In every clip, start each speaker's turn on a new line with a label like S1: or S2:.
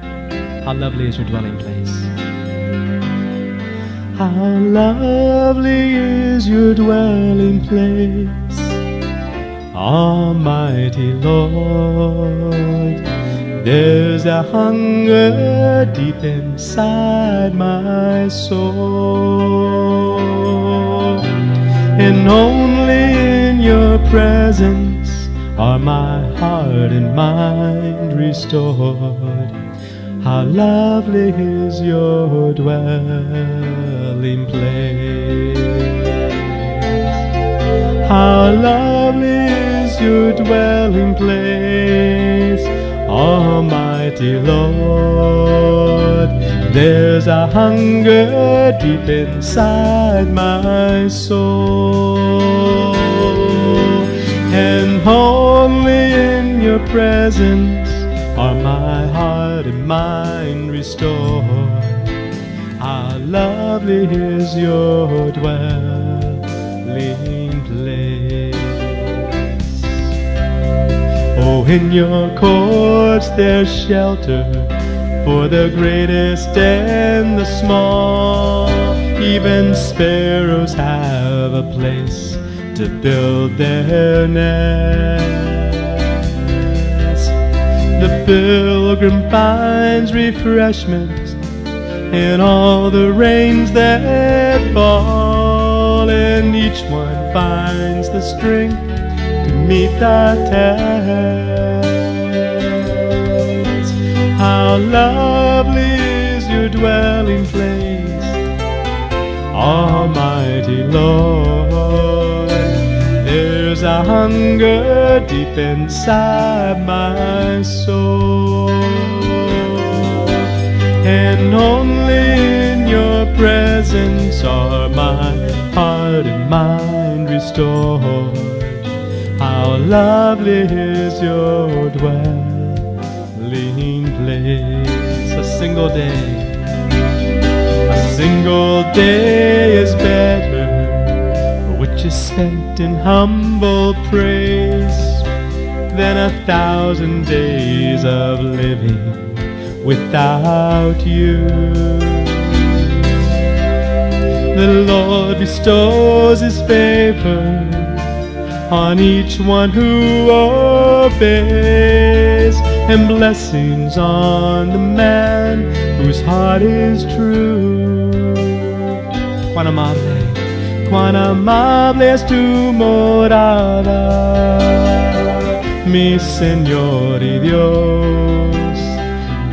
S1: How lovely is your dwelling place.
S2: How lovely is your dwelling place, Almighty Lord. There's a hunger deep inside my soul, and only in your presence are my heart and mind restored. How lovely is your dwelling place. How lovely is your dwelling place, Almighty Lord. There's a hunger deep inside my soul, and only in your presence are my heart and mind restored. How lovely is your dwelling place. Oh, in your courts there's shelter for the greatest and the small. Even sparrows have a place to build their nest. The pilgrim finds refreshment in all the rains that fall, and each one finds the strength to meet thy task. How lovely is your dwelling place, Almighty Lord. There's a hunger deep inside my soul, and only in your presence are my heart and mind restored. How lovely is your dwelling place! A single day, a single day is better which is spent in humble praise than a thousand days of living without you. The Lord bestows his favor on each one who obeys, and blessings on the man whose heart is true. Quanamame cuán amable es tu morada, mi Señor y Dios.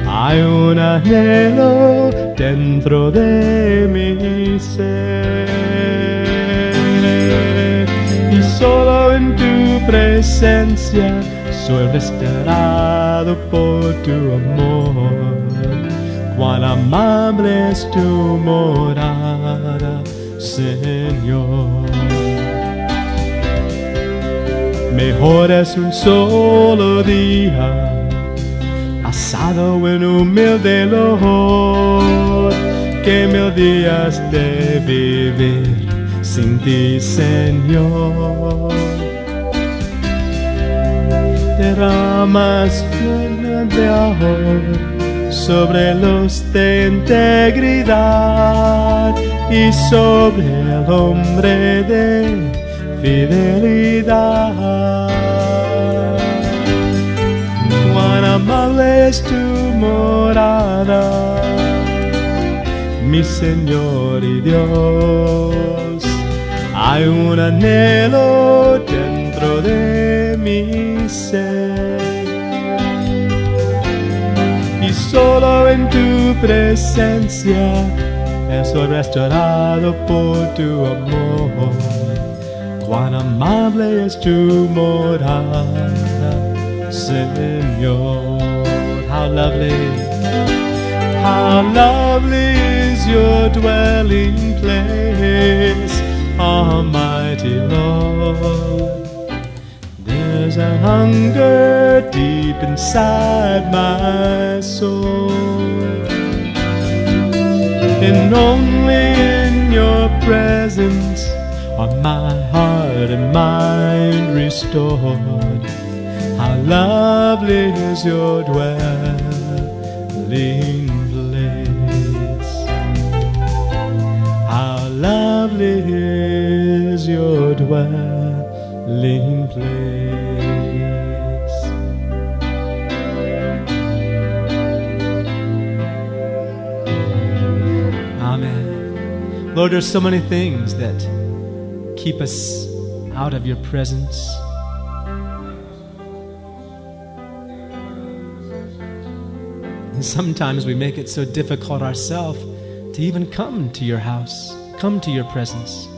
S2: Hay un anhelo dentro de mi ser y solo en tu presencia soy restaurado por tu amor. Cuán amable es tu morada. Señor. Mejor es un solo día pasado en humilde loor que mil días de vivir sin ti, Señor. Derramas llena de amor sobre los de integridad y sobre el hombre de fidelidad. Cuán amable es tu morada, mi Señor y Dios. Hay un anhelo dentro de mi ser. Y solo en tu presencia soy restaurado por tu amor. Cuán amable es tu morada, Señor. How lovely, how lovely is your dwelling place, Almighty Lord. There's a hunger deep inside my soul and only in your presence are my heart and mind restored. How lovely is your dwelling.
S3: lovely is your dwelling place.
S2: Amen. Lord, there's so many things that keep us out of your presence. And sometimes we make it so difficult ourselves to even come to your house, come to your presence.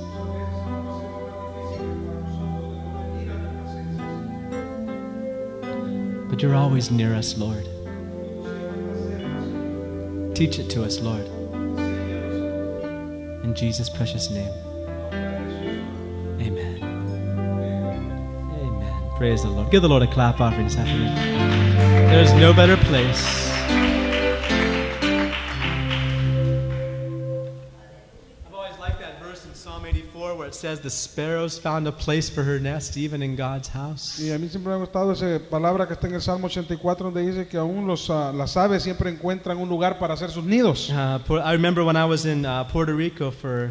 S2: But you're always near us, Lord. Teach it to us, Lord. In Jesus' precious name. Amen. Amen. Praise the Lord. Give the Lord a clap offering this afternoon. There's no better place. I've always liked that verse in Psalm 84 where it says, The sparrows found a place for her nest, even in God's house.
S4: Y a mí siempre me ha gustado esa palabra que está en el Salmo 84 donde dice que aún los, ah, las aves siempre encuentran un lugar para hacer sus nidos.
S2: Uh, Pu- I remember when I was in uh, Puerto Rico for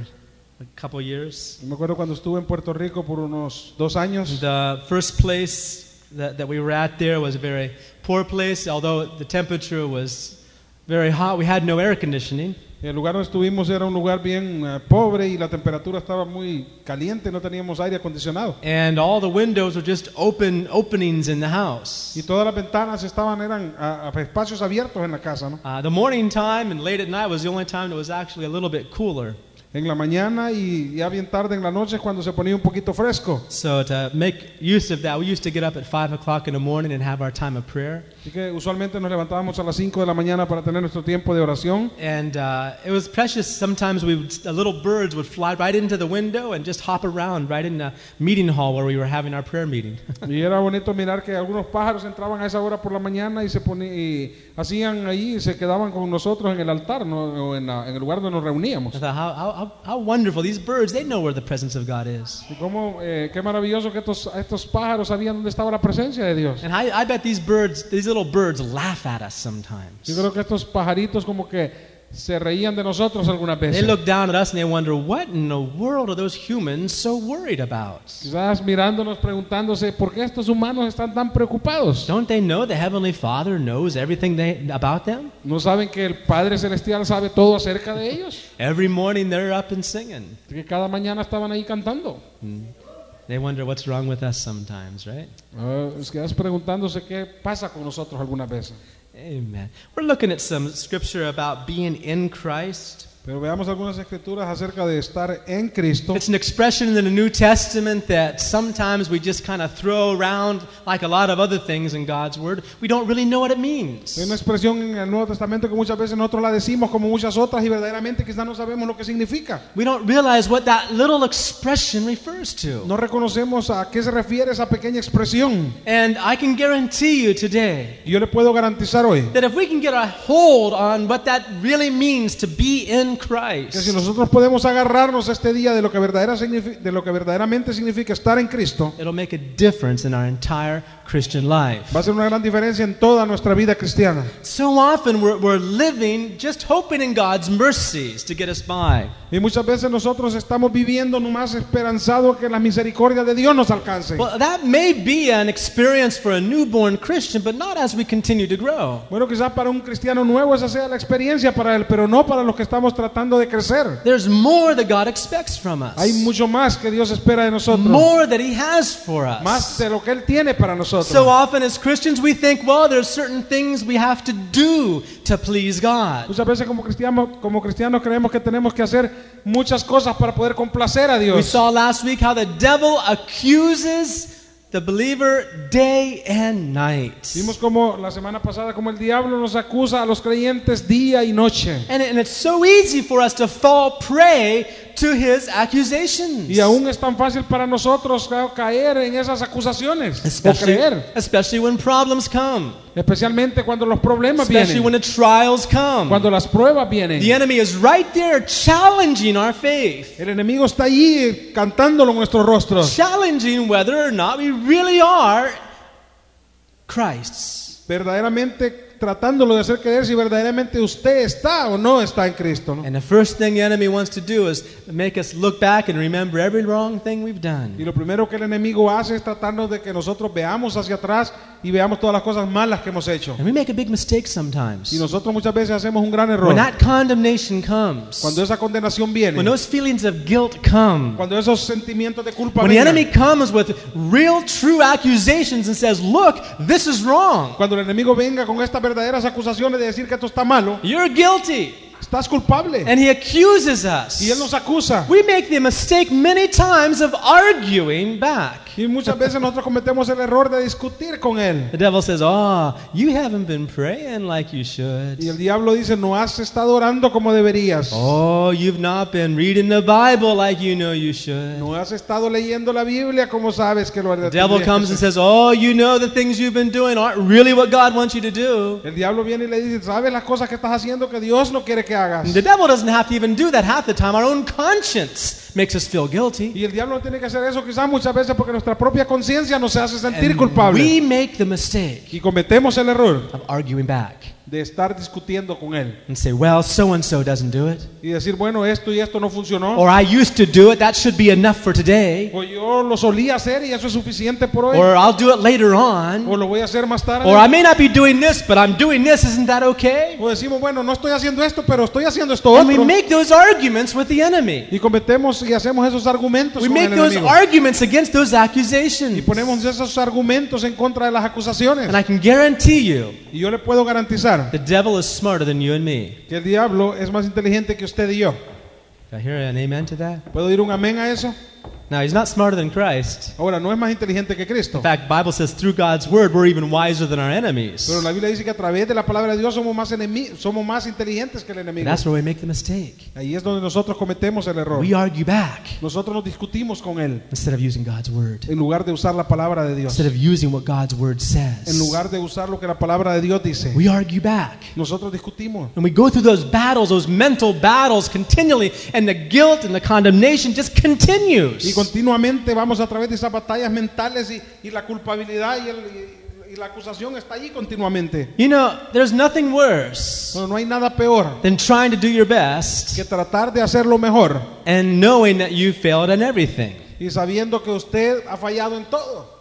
S2: a couple years.
S4: Me acuerdo cuando estuve en Puerto Rico por unos dos años.
S2: The uh, first place that, that we were at there was a very poor place, although the temperature was very hot. We had no air conditioning.
S4: El lugar donde estuvimos era un lugar bien ah, pobre y la temperatura estaba muy caliente, no teníamos aire acondicionado.
S2: And all the windows were just open openings in the house.
S4: Y todas las ventanas estaban, eran ah, ah, espacios abiertos en la casa. ¿no?
S2: Uh, the morning time and late at night was the only time that was actually a little bit cooler.
S4: En la mañana y ya bien tarde en la noche es cuando se ponía un poquito fresco.
S2: So to make use of that, we used to get up at five o'clock in the morning and have our time of prayer.
S4: Así que usualmente nos levantábamos a las 5 de la mañana para tener nuestro tiempo de oración.
S2: And uh, it was precious. Sometimes we would, the little birds would fly right into the window and just hop around right in the meeting hall where we were having our prayer meeting.
S4: Y era bonito mirar que algunos pájaros entraban a esa hora por la mañana y se ponían, y hacían ahí y se quedaban con nosotros en el altar ¿no? o en, la- en el lugar donde nos reuníamos.
S2: I thought, how, how, how- how wonderful. These birds, they know where the presence of God is.
S4: Y cómo, eh, qué maravilloso que estos, estos pájaros sabían dónde estaba la presencia de Dios.
S2: And I, I bet these birds, these little birds, laugh at us
S4: Yo
S2: sometimes.
S4: creo que estos pajaritos como que se reían de nosotros algunas
S2: They
S4: veces.
S2: look down at us and they wonder, what in the world are those humans so worried about?
S4: Quizás mirándonos preguntándose por qué estos humanos están tan preocupados.
S2: Don't they know the Heavenly Father knows everything they, about them?
S4: ¿No saben que el Padre Celestial sabe todo acerca de ellos?
S2: Every morning they're up and singing.
S4: Que cada mañana estaban ahí cantando.
S2: They wonder what's wrong with us sometimes, right?
S4: Ah, es quedas preguntándose qué pasa con nosotros algunas veces.
S2: Amen. We're looking at some scripture about being in Christ.
S4: Pero veamos algunas escrituras acerca de estar en Cristo.
S2: It's an expression in the New Testament that sometimes we just kind of throw around like a lot of other things in God's Word. We don't really know what it
S4: Es una
S2: means.
S4: expresión en el Nuevo Testamento que muchas veces nosotros la decimos como muchas otras y verdaderamente quizás no sabemos lo que significa.
S2: We don't realize what that little expression refers to.
S4: No reconocemos a qué se refiere esa pequeña expresión.
S2: And I can guarantee you today
S4: Y Yo le puedo garantizar hoy
S2: that if we can get a hold on what that really means to be in
S4: que si
S2: Christ,
S4: nosotros podemos agarrarnos este día de lo que, verdadera signifi- de lo que verdaderamente significa estar en Cristo,
S2: it'll make a difference in our entire Christian life.
S4: va a ser una gran diferencia en toda nuestra vida cristiana.
S2: So often we're, we're living just hoping in God's mercies to get us by.
S4: Y muchas veces nosotros estamos viviendo nomás esperanzado que la misericordia de Dios nos alcance.
S2: Well, that may be an experience for a newborn Christian, but not as we continue to grow.
S4: Bueno, quizás para un cristiano nuevo esa sea la experiencia para él, pero no para los que estamos tratando de crecer.
S2: There's more that God expects from
S4: Hay
S2: us,
S4: mucho más que Dios espera de nosotros,
S2: more that He has for
S4: más
S2: us.
S4: de lo que Él tiene para
S2: So
S4: nosotros.
S2: often, as Christians, we think, well, there's certain things we have to do to please God.
S4: Muchas veces como cristianos, como cristianos creemos que tenemos que hacer muchas cosas para poder complacer a
S2: We
S4: Dios.
S2: saw last week how the devil accuses the believer day and night.
S4: Vimos como la semana pasada, como el diablo nos acusa a los creyentes día y noche.
S2: And, and it's so easy for us to fall prey to his accusations.
S4: Y aún es tan fácil para nosotros ca- caer en esas acusaciones o
S2: Especially,
S4: creer,
S2: especially when problems come,
S4: especialmente cuando los problemas
S2: especially when
S4: vienen,
S2: the trials come.
S4: cuando las pruebas vienen.
S2: the enemy is right there challenging our faith,
S4: El enemigo está ahí eh, cantándolo en nuestros rostros.
S2: challenging whether or not we really are Christ's.
S4: Verdaderamente tratándolo de hacer creer si verdaderamente usted está o no está en Cristo. ¿no?
S2: And the first thing the enemy wants to do is make us look back and remember every wrong thing we've
S4: Y
S2: done.
S4: lo primero que el enemigo hace es tratarnos de que nosotros veamos hacia atrás y veamos todas las cosas malas que hemos hecho.
S2: And we make a big mistake
S4: Y
S2: sometimes.
S4: nosotros muchas veces hacemos un gran error.
S2: When that condemnation comes,
S4: Cuando esa condenación
S2: when
S4: viene,
S2: those feelings of guilt come,
S4: cuando esos sentimientos de culpa
S2: when the enemy
S4: vienen,
S2: comes with real, true accusations and says, Look, this is wrong.
S4: cuando el enemigo venga con estas verdaderas acusaciones de decir que esto está malo,
S2: You're guilty.
S4: estás culpable.
S2: And he accuses
S4: Y
S2: us.
S4: él nos acusa.
S2: We make the mistake many times of arguing back.
S4: Y muchas veces nosotros cometemos el error de discutir con él.
S2: The devil says, Oh, you haven't been praying like you should.
S4: Y el diablo dice, no has estado orando como deberías.
S2: Oh, you've not been reading the Bible like you know you should.
S4: No has estado leyendo la Biblia como sabes que lo
S2: The devil comes and says, Oh, you know the things you've been doing aren't really what God wants you to do.
S4: El diablo viene y le dice, ¿sabes las cosas que estás haciendo que Dios no quiere que hagas?
S2: And the devil doesn't have to even do that half the time. Our own conscience makes us feel guilty.
S4: Y el diablo no tiene que hacer eso quizás muchas veces porque nuestra propia conciencia nos hace sentir
S2: And
S4: culpables.
S2: we make the mistake
S4: Y cometemos el error
S2: of arguing back
S4: de estar discutiendo con él
S2: and say, Well, so and so doesn't do it.
S4: y decir, bueno, esto y esto no funcionó.
S2: Or I used to do it. That should be enough for today.
S4: O yo lo solía hacer y eso es suficiente por hoy.
S2: Or I'll do it later on.
S4: O lo voy a hacer más tarde.
S2: Or I may not be doing this, but I'm doing this. Isn't that okay?
S4: O decimos, bueno, no estoy haciendo esto, pero estoy haciendo esto
S2: And we
S4: otro.
S2: make those arguments with the enemy.
S4: Y cometemos y hacemos esos argumentos
S2: We
S4: con
S2: make
S4: el
S2: those
S4: enemigo.
S2: arguments against those
S4: Y
S2: accusations.
S4: ponemos esos argumentos en contra de las acusaciones.
S2: And I can guarantee you,
S4: Y yo le puedo garantizar
S2: the devil is smarter than you and me.
S4: que el diablo es más inteligente que usted y yo.
S2: Did I hear an amen to that?
S4: ¿Puedo decir un amén a eso?
S2: Now, he's not smarter than Christ.
S4: Ahora, no es más inteligente que Cristo.
S2: In fact, Bible says through God's word, we're even wiser than our enemies.
S4: Pero la Biblia dice que a través de la palabra de Dios somos más, enemi- somos más inteligentes que el
S2: And
S4: enemigo.
S2: that's where we make the mistake.
S4: Ahí es donde nosotros cometemos el error.
S2: We argue back
S4: Nosotros nos discutimos con él
S2: instead of using God's word,
S4: en lugar de usar la palabra de Dios.
S2: instead of using what God's word
S4: En
S2: says.
S4: lugar de usar lo que la palabra de Dios dice.
S2: We argue back.
S4: Nosotros discutimos.
S2: And we go through those battles, those mental battles continually, and the guilt and the condemnation just
S4: Y
S2: continues.
S4: continuamente vamos a través de esas batallas mentales y, y la culpabilidad y, el- y- y la acusación está ahí continuamente.
S2: You know, there's nothing worse
S4: Bueno, no hay nada peor
S2: than trying to do your best
S4: que tratar de hacerlo mejor
S2: and knowing that you failed in everything.
S4: y sabiendo que usted ha fallado en todo.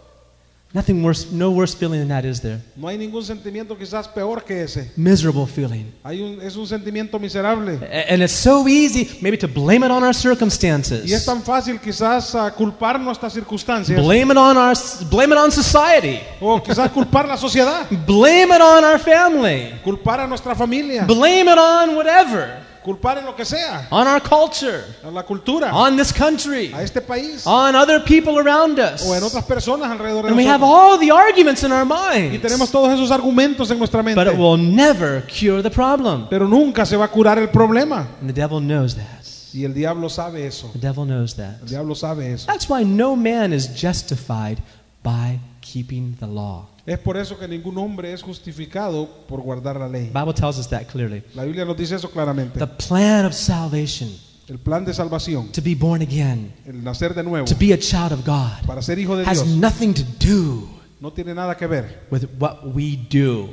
S2: Nothing worse, no worse feeling than that, is there?
S4: No hay ningún sentimiento quizás peor que ese.
S2: Miserable feeling.
S4: Hay un, es un sentimiento miserable.
S2: A- And it's so easy, maybe, to blame it on our
S4: Y es
S2: circumstances,
S4: tan fácil quizás ah, culpar nuestras circunstancias
S2: blame it on our, s- blame it on society,
S4: o quizás culpar la sociedad,
S2: blame it on our family,
S4: culpar a nuestra familia,
S2: blame it on whatever,
S4: culpar en lo que sea,
S2: on our culture,
S4: a la cultura,
S2: on this country,
S4: a este país
S2: on other people around us.
S4: o en otras personas alrededor de
S2: And we have
S4: nosotros.
S2: all the arguments in our
S4: Y
S2: minds,
S4: tenemos todos esos argumentos en nuestra
S2: but it
S4: mente,
S2: will never cure the problem.
S4: pero nunca se va a curar el problema.
S2: And the devil knows that.
S4: Y el diablo sabe eso.
S2: The devil knows that.
S4: El diablo sabe eso.
S2: That's why no man is justified by keeping the law.
S4: Es por eso que ningún hombre es justificado por guardar la
S2: The
S4: ley.
S2: Bible tells us that clearly.
S4: La Biblia nos dice eso claramente.
S2: The plan of salvation,
S4: El plan de salvación,
S2: to be born again,
S4: el nacer de nuevo,
S2: to be a child of God,
S4: para ser hijo de
S2: has
S4: Dios,
S2: nothing to do
S4: no tiene nada que ver
S2: with what we do,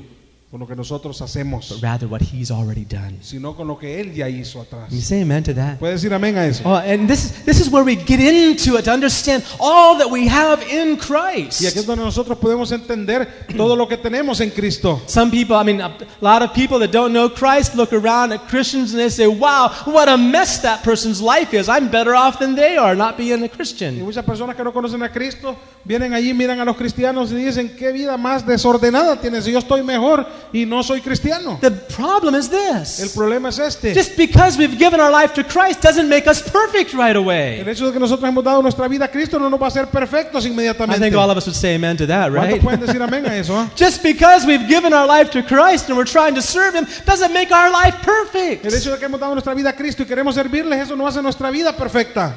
S4: con lo que nosotros
S2: but
S4: hacemos,
S2: rather what he's already done.
S4: sino con lo que Él ya hizo atrás.
S2: Can you say amen to that?
S4: ¿Puede decir amén a eso?
S2: Oh, and this, this is where we get into it to understand all that we have in
S4: Y aquí es
S2: Christ.
S4: donde nosotros podemos entender todo lo que tenemos en Cristo.
S2: Some people, I mean, a lot of people that don't know Christ look around at Christians and they say, wow, what a mess that person's life is. I'm better off than they are not being a
S4: Y
S2: Christian.
S4: muchas personas que no conocen a Cristo vienen allí, miran a los cristianos y dicen, ¿qué vida más desordenada tienes? Yo estoy mejor y no soy cristiano.
S2: The problem is
S4: El
S2: this.
S4: problema es este.
S2: Just because we've given our life to Christ doesn't make us perfect right
S4: El
S2: away.
S4: hecho de que nosotros hemos dado nuestra vida a Cristo no nos va a hacer perfectos
S2: I
S4: inmediatamente.
S2: think all of us would say amen to that,
S4: ¿Cuántos
S2: right?
S4: pueden decir amén a eso? ah?
S2: Just because we've given our life to Christ and we're trying to serve Him doesn't make our life
S4: El
S2: perfect.
S4: hecho de que hemos dado nuestra vida a Cristo y queremos servirles, eso no hace nuestra vida perfecta.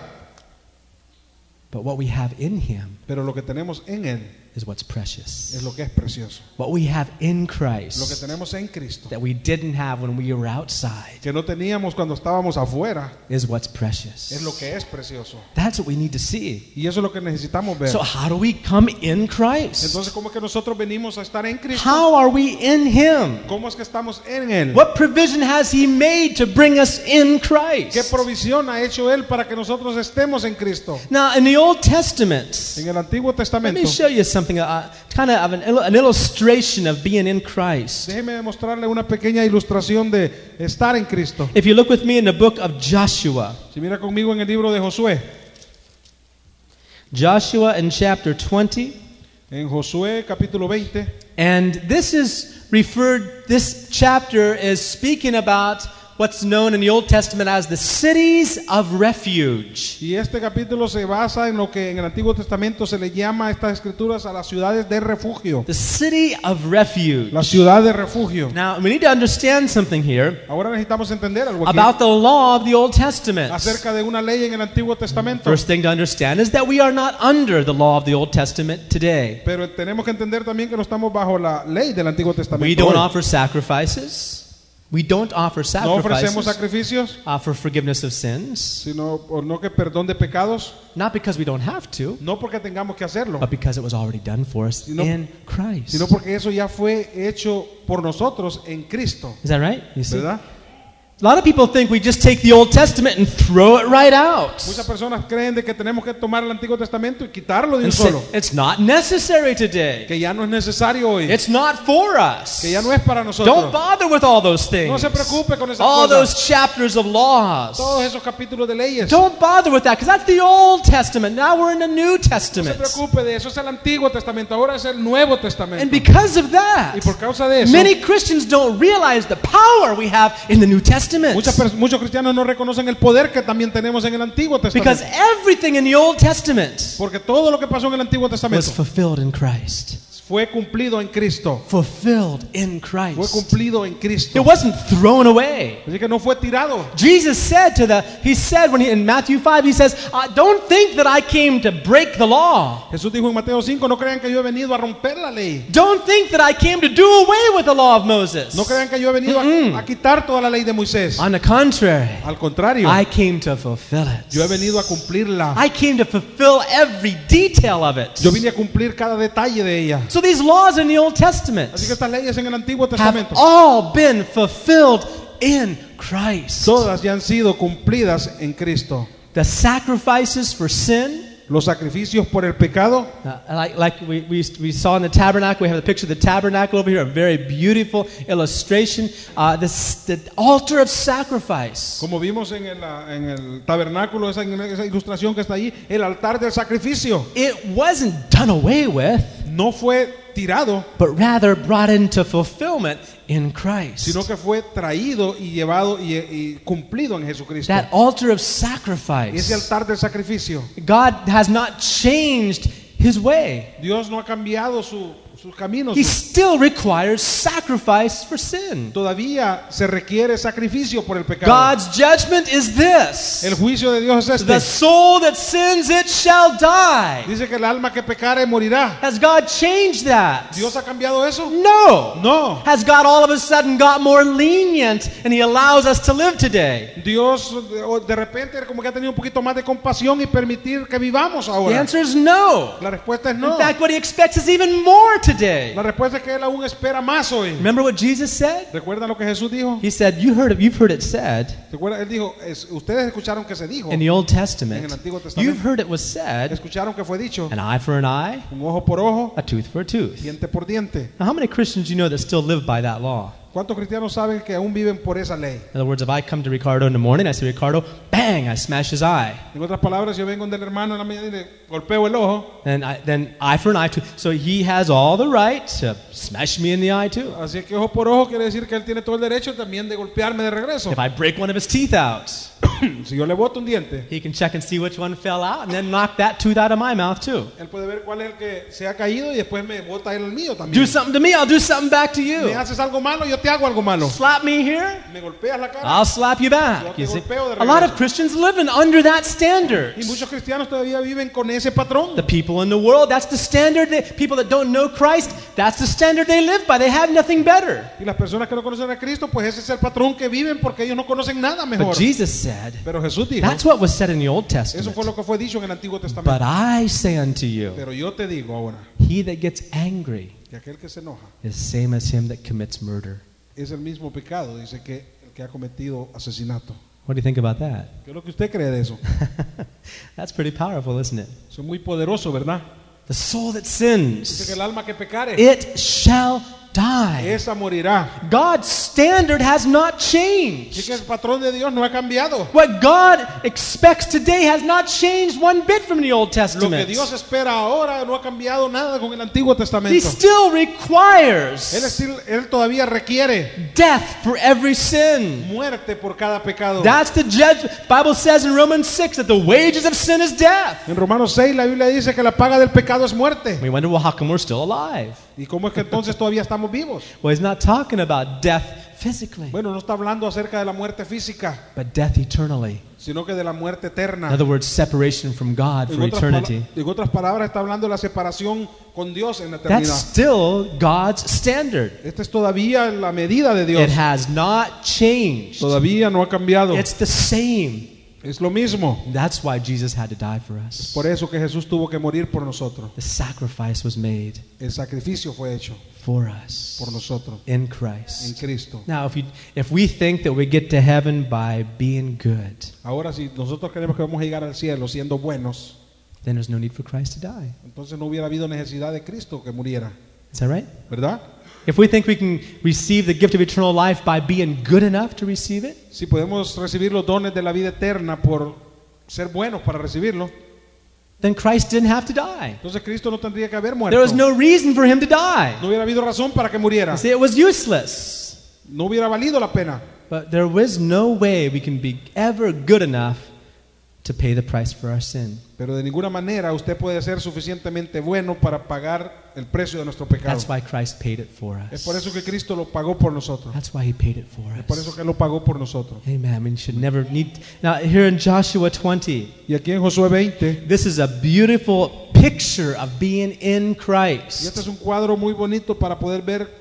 S2: But what we have in Him
S4: Pero lo que tenemos en Él
S2: is what's
S4: es
S2: precious.
S4: lo que es precioso.
S2: What we have in
S4: Lo que
S2: Christ
S4: tenemos en Cristo,
S2: that we didn't have when we were outside
S4: que no teníamos cuando estábamos afuera,
S2: is what's
S4: es lo
S2: precious.
S4: que es precioso.
S2: That's what we need to see.
S4: Y eso es lo que necesitamos ver.
S2: So, how do we come in Christ?
S4: Entonces, ¿cómo es que nosotros venimos a estar en Cristo?
S2: How are we in Him?
S4: ¿Cómo es que estamos en Él?
S2: What provision has He made to bring us in
S4: ¿Qué
S2: Christ?
S4: provisión ha hecho Él para que nosotros estemos en Cristo?
S2: Now, in the Old Testament,
S4: En el Antiguo
S2: let
S4: Testamento.
S2: me show you something, uh, kind of an, il- an illustration of being in Christ.
S4: Déjeme demostrarle una pequeña ilustración de estar en Cristo.
S2: If you look with me in the book of Joshua,
S4: Si mira conmigo en el libro de Josué,
S2: Joshua in chapter 20,
S4: en Josué capítulo 20,
S2: and this is referred, this chapter is speaking about what's known in the Old Testament as the cities of refuge.
S4: y este capítulo se basa en lo que en el Antiguo Testamento se le llama a estas escrituras a las ciudades de refugio.
S2: The city of refuge.
S4: La ciudad de refugio.
S2: Now, we need to understand something here
S4: Ahora necesitamos entender algo aquí
S2: about the law of the Old Testament.
S4: acerca de una ley en el Antiguo Testamento.
S2: First thing to understand is that we are not under the law of the Old Testament today.
S4: Pero tenemos que entender también que no estamos bajo la ley del Antiguo
S2: We
S4: Testamento.
S2: don't
S4: hoy.
S2: offer sacrifices. We don't offer
S4: No
S2: sacrifices
S4: ofrecemos sacrificios,
S2: uh, for forgiveness of sins.
S4: sino o no que perdón de pecados,
S2: Not because we don't have to,
S4: no porque tengamos que hacerlo.
S2: but because it was already done for us
S4: Sino-
S2: in Christ.
S4: sino porque eso ya fue hecho por nosotros en Cristo,
S2: Is that right? You see? A
S4: ¿verdad?
S2: lot of people think we just take the Old Testament and throw it right out.
S4: Muchas personas creen de que tenemos que tomar el Antiguo Testamento y quitarlo de un
S2: And say,
S4: solo,
S2: it's not necessary today.
S4: que ya no es necesario hoy,
S2: It's not for us.
S4: que ya no es para
S2: Don't
S4: nosotros.
S2: bother with all those things.
S4: No se preocupe con esas
S2: all
S4: cosas.
S2: those chapters of
S4: Todos
S2: laws.
S4: esos capítulos de leyes. No
S2: Don't bother with that because that's the Old Testament. Now we're in the New
S4: se
S2: Testament.
S4: preocupe de eso, es el Antiguo Testamento, ahora es el Nuevo
S2: And
S4: Testamento.
S2: because of that,
S4: Y por causa de eso,
S2: many Christians don't realize the power we have in the New Testament.
S4: muchas pers- muchos cristianos no reconocen el poder que también tenemos en el Antiguo
S2: Because
S4: Testamento.
S2: everything in the Old Testament
S4: Porque todo lo que pasó en el Antiguo
S2: was
S4: Testamento
S2: fulfilled in Christ.
S4: fue cumplido en Cristo.
S2: Fulfilled in
S4: Fue
S2: Christ.
S4: cumplido en
S2: It
S4: Cristo.
S2: wasn't thrown away.
S4: Así que no fue tirado.
S2: Jesus said to the, he said when he, in Matthew 5, he says, "I Don't think that I came to break the law.
S4: Jesús dijo en Mateo 5, no crean que yo he venido a romper la ley.
S2: Don't think that I came to do away with the law of Moses.
S4: No crean que yo he venido
S2: Mm-mm.
S4: a, a quitar toda la ley de Moisés.
S2: On the contrary,
S4: Al contrario,
S2: I came to fulfill it.
S4: yo he venido a cumplirla.
S2: I came to fulfill every detail of it.
S4: Yo vine a cumplir cada detalle de ella.
S2: So these laws in the Old Testament
S4: Así que estas leyes en el Antiguo
S2: have
S4: Testamento,
S2: all been fulfilled in Christ.
S4: todas ya han sido cumplidas en Cristo.
S2: The sacrifices for sin,
S4: Los sacrificios por el pecado,
S2: uh, like, like we, we, we saw in the tabernacle, we have the picture of the tabernacle over here, a very beautiful illustration. Uh, this, the altar of sacrifice.
S4: como vimos en el, ah, en el tabernáculo, esa, en esa ilustración que está allí, el altar del sacrificio
S2: It wasn't done away with,
S4: no fue tirado,
S2: but rather brought into fulfillment in Christ.
S4: sino que fue traído y llevado y, y cumplido en Jesucristo.
S2: That altar of
S4: Ese
S2: sacrifice.
S4: altar del sacrificio.
S2: God has not changed his way.
S4: Dios no ha cambiado su- sus caminos.
S2: He still requires sacrifice for sin.
S4: Todavía se requiere sacrificio por el pecado.
S2: God's judgment is
S4: el
S2: this
S4: juicio de Dios es
S2: the
S4: este.
S2: soul that sins, it shall die.
S4: Dice que el alma que pecare morirá.
S2: Has God changed that?
S4: ¿Dios ha cambiado eso?
S2: No.
S4: No.
S2: Has God all of a sudden got more lenient and he allows us to live today?
S4: Dios de- o de repente como que ha tenido un poquito más de compasión y permitir que vivamos
S2: The
S4: ahora.
S2: answer is no.
S4: La respuesta es
S2: In
S4: no.
S2: fact, what he expects is even more today.
S4: La respuesta es que Él aún espera más hoy.
S2: Remember what Jesus said?
S4: ¿Recuerdan lo que Jesús dijo?
S2: He said, you heard it, You've heard it said
S4: ¿Recuerdan? Él dijo, es- ustedes escucharon que se dijo.
S2: in the Old Testament.
S4: En el Antiguo Testamento.
S2: You've heard it was said
S4: Escucharon que fue dicho.
S2: an eye for an eye,
S4: Un ojo por ojo,
S2: a tooth for a tooth.
S4: diente por diente.
S2: Now, how many Christians do you know that still live by that law?
S4: ¿Cuántos cristianos saben que aún viven por esa ley?
S2: In other words, if I come to Ricardo in the morning, I say, Ricardo, bang, I smash his eye.
S4: En otras palabras, yo vengo del hermano en la mañana y le golpeo el ojo.
S2: And I, then eye for an eye, tooth. So he has all the right to smash me in the eye, too.
S4: Así que ojo por ojo quiere decir que él tiene todo el derecho también de golpearme de regreso.
S2: If I break one of his teeth out,
S4: Si yo le boto un diente,
S2: he can check and see which one fell out and then knock that tooth out of my mouth, too.
S4: él puede ver cuál es el que se ha caído y después me bota el mío
S2: Do
S4: también.
S2: something to me, I'll do something back to
S4: Me
S2: you.
S4: haces algo malo, yo yo te hago algo malo.
S2: Slap me here,
S4: Me golpeas la cara.
S2: I'll slap you
S4: Yo
S2: back.
S4: te
S2: You see?
S4: golpeo de
S2: A lot
S4: regreso.
S2: of Christians living under that standard.
S4: Y muchos cristianos todavía viven con ese patrón.
S2: The people in the world, that's the standard. They, people that don't know Christ, that's the standard they live by. They have nothing better.
S4: Y las personas que no conocen a Cristo, pues ese es el patrón que viven porque ellos no conocen nada mejor.
S2: But Jesus said,
S4: Pero Jesús dijo,
S2: that's what was said in the Old
S4: eso
S2: Testament.
S4: fue lo que fue dicho en el Antiguo Testamento.
S2: But I say unto you,
S4: Pero yo te digo ahora,
S2: he that gets angry
S4: que aquel que se enoja
S2: is same as him that commits murder.
S4: es el mismo pecado, dice que el que ha cometido asesinato.
S2: What do you think about that?
S4: ¿Qué es lo que usted cree de eso?
S2: that's pretty powerful, isn't it?
S4: Eso es muy poderoso, ¿verdad?
S2: The soul that
S4: Dice que
S2: sins,
S4: el alma que pecare,
S2: it shall die.
S4: esa morirá.
S2: God's standard has not
S4: Así
S2: changed.
S4: que el patrón de Dios no ha cambiado.
S2: What God expects today has not changed one bit from the Old
S4: Lo que
S2: Testament.
S4: Dios espera ahora no ha cambiado nada con el Antiguo
S2: He
S4: Testamento.
S2: still
S4: Él,
S2: requires
S4: estil- él todavía requiere
S2: death for every sin.
S4: muerte por cada pecado.
S2: That's the judgment. Bible says in Romans 6 that the wages of sin is death.
S4: En Romanos 6 la Biblia dice que la paga del pecado es muerte.
S2: We wonder, well, how come we're still alive?
S4: ¿Y cómo es que entonces todavía estamos vivos?
S2: Well, he's not talking about death physically,
S4: Bueno, no está hablando acerca de la muerte física,
S2: but death eternally.
S4: sino que de la muerte
S2: In
S4: eterna.
S2: other words, separation from God
S4: En
S2: for
S4: otras, pala-
S2: eternity.
S4: en otras palabras, está hablando de la separación con Dios en la
S2: That's
S4: eternidad.
S2: still God's standard.
S4: Esta es todavía la medida de
S2: It
S4: Dios.
S2: has not changed.
S4: Todavía no ha cambiado.
S2: It's the same.
S4: Es lo mismo.
S2: That's why Jesus had to die for us.
S4: Por eso que Jesús tuvo que morir por nosotros.
S2: The sacrifice was made
S4: El sacrificio fue hecho
S2: for us
S4: por nosotros
S2: in
S4: en
S2: Christ.
S4: Cristo.
S2: Now, if, you, if we think that we get to heaven by being good,
S4: Ahora si nosotros creemos que vamos a llegar al cielo siendo buenos,
S2: then there's no need for Christ to die.
S4: entonces no hubiera habido necesidad de Cristo que muriera,
S2: Is that right?
S4: ¿verdad?
S2: If we think we can receive the gift of eternal life by being good enough to receive it,
S4: Si podemos recibir los dones de la vida eterna por ser buenos para recibirlo,
S2: then Christ didn't have to die.
S4: entonces Cristo no tendría que haber muerto.
S2: There was no reason for him to die.
S4: No hubiera habido razón para que muriera.
S2: You see, it was useless.
S4: No hubiera valido la pena.
S2: But there was no way we can be ever good enough to pay the price for our sin.
S4: Pero de ninguna manera usted puede ser suficientemente bueno para pagar el precio de nuestro pecado.
S2: That's why Christ paid it for
S4: Es
S2: us.
S4: por eso que Cristo lo pagó por nosotros.
S2: That's why he paid it for
S4: Es por eso
S2: us.
S4: que Él lo pagó por nosotros.
S2: Amen. We should never need. Now, here in Joshua 20,
S4: Y aquí en Josué 20,
S2: this is a beautiful picture of being in
S4: y este es
S2: Christ.
S4: un cuadro muy bonito para poder ver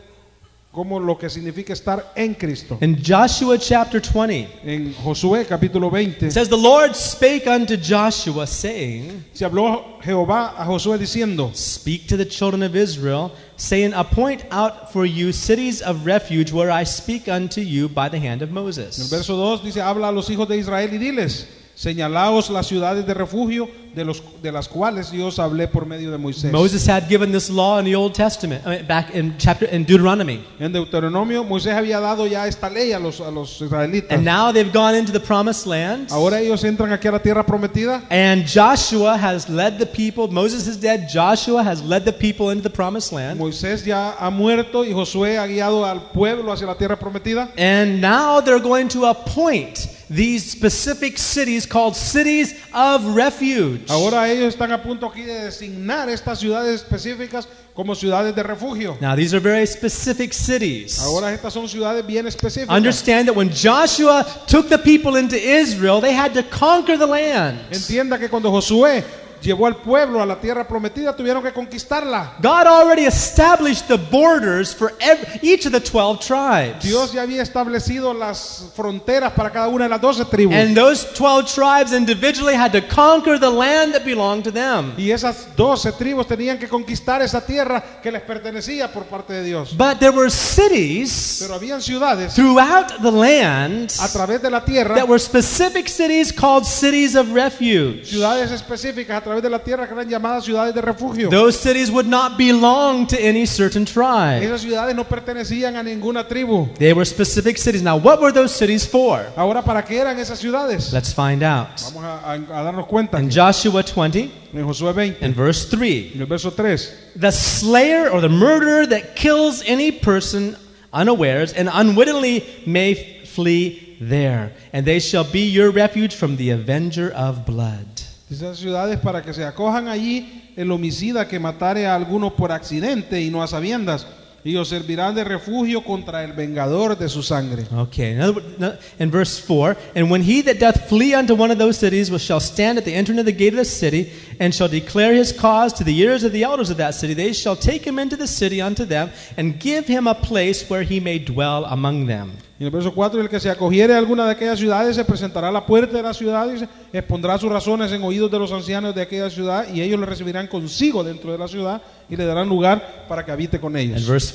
S4: cómo lo que significa estar en Cristo.
S2: In Joshua chapter 20,
S4: En Josué capítulo
S2: It
S4: 20,
S2: says, The Lord spake unto Joshua, saying,
S4: se habló Jehová a Josué diciendo,
S2: Speak to the children of Israel, saying, Appoint out for you cities of refuge where I speak unto you by the hand of
S4: En el
S2: Moses.
S4: verso 2 dice, habla a los hijos de Israel y diles, señalaos las ciudades de refugio de, los, de las cuales yo os hablé por medio de Moisés.
S2: Moses had given this law in the Old Testament, I mean, back in chapter in Deuteronomy,
S4: En Deuteronomio, Moisés había dado ya esta ley a los, a los israelitas.
S2: and now they've gone into the Promised Land.
S4: Ahora ellos entran aquí Uh. a la tierra prometida.
S2: And Joshua has led the people. Moses is dead. Joshua has led the people into the Promised Land.
S4: Moisés ya ha muerto y Josué ha guiado al pueblo hacia la tierra prometida.
S2: And now they're going to appoint these specific cities called cities of refuge.
S4: Ahora ellos están a punto aquí de designar estas ciudades específicas como ciudades de refugio.
S2: Now, these are very specific cities.
S4: Ahora estas son ciudades bien específicas.
S2: Understand that when Joshua took the people into Israel, they had to conquer the land.
S4: Entienda que cuando Josué llevó al pueblo a la tierra prometida, tuvieron que conquistarla.
S2: God already established the borders for ev- each of the 12 tribes.
S4: Dios ya había establecido las fronteras para cada una de las doce tribus.
S2: And those 12 tribes individually had to conquer the land that belonged to them.
S4: y esas doce tribus tenían que conquistar esa tierra que les pertenecía por parte de Dios.
S2: But there were cities
S4: Pero habían ciudades
S2: throughout the land
S4: a través de la tierra,
S2: that were specific cities called cities of refuge.
S4: ciudades específicas a través de la tierra que eran llamadas ciudades de refugio.
S2: Those cities would not belong to any certain tribe.
S4: Esas ciudades no pertenecían a ninguna tribu.
S2: They were specific cities. Now, what were those cities for?
S4: Ahora, ¿para qué eran esas ciudades?
S2: Let's find out.
S4: Vamos a, a- a darnos cuenta.
S2: In Joshua 20
S4: En Josué 20,
S2: and verse 3,
S4: en el verso 3,
S2: the slayer or the murderer that kills any person unawares and unwittingly may f- flee there, and they shall be your refuge from the avenger of blood.
S4: dice esas ciudades para que se acojan allí el homicida que matare a alguno por accidente y no a sabiendas, y y os servirán de refugio contra el vengador de su sangre.
S2: Okay, in, other word- no- in verse 4 And when he that doth flee unto one of those cities will- shall stand at the entrance of the gate of the city, and shall declare his cause to the ears of the elders of that city, they shall take him into the city unto them, and give him a place where he may dwell among them.
S4: Y en el verso 4, el que se acogiere a alguna de aquellas ciudades se presentará a la puerta de la ciudad y se- expondrá sus razones en oídos de los ancianos de aquella ciudad y ellos le recibirán consigo dentro de la ciudad y le darán lugar para que habite con
S2: And
S4: ellos.
S2: verse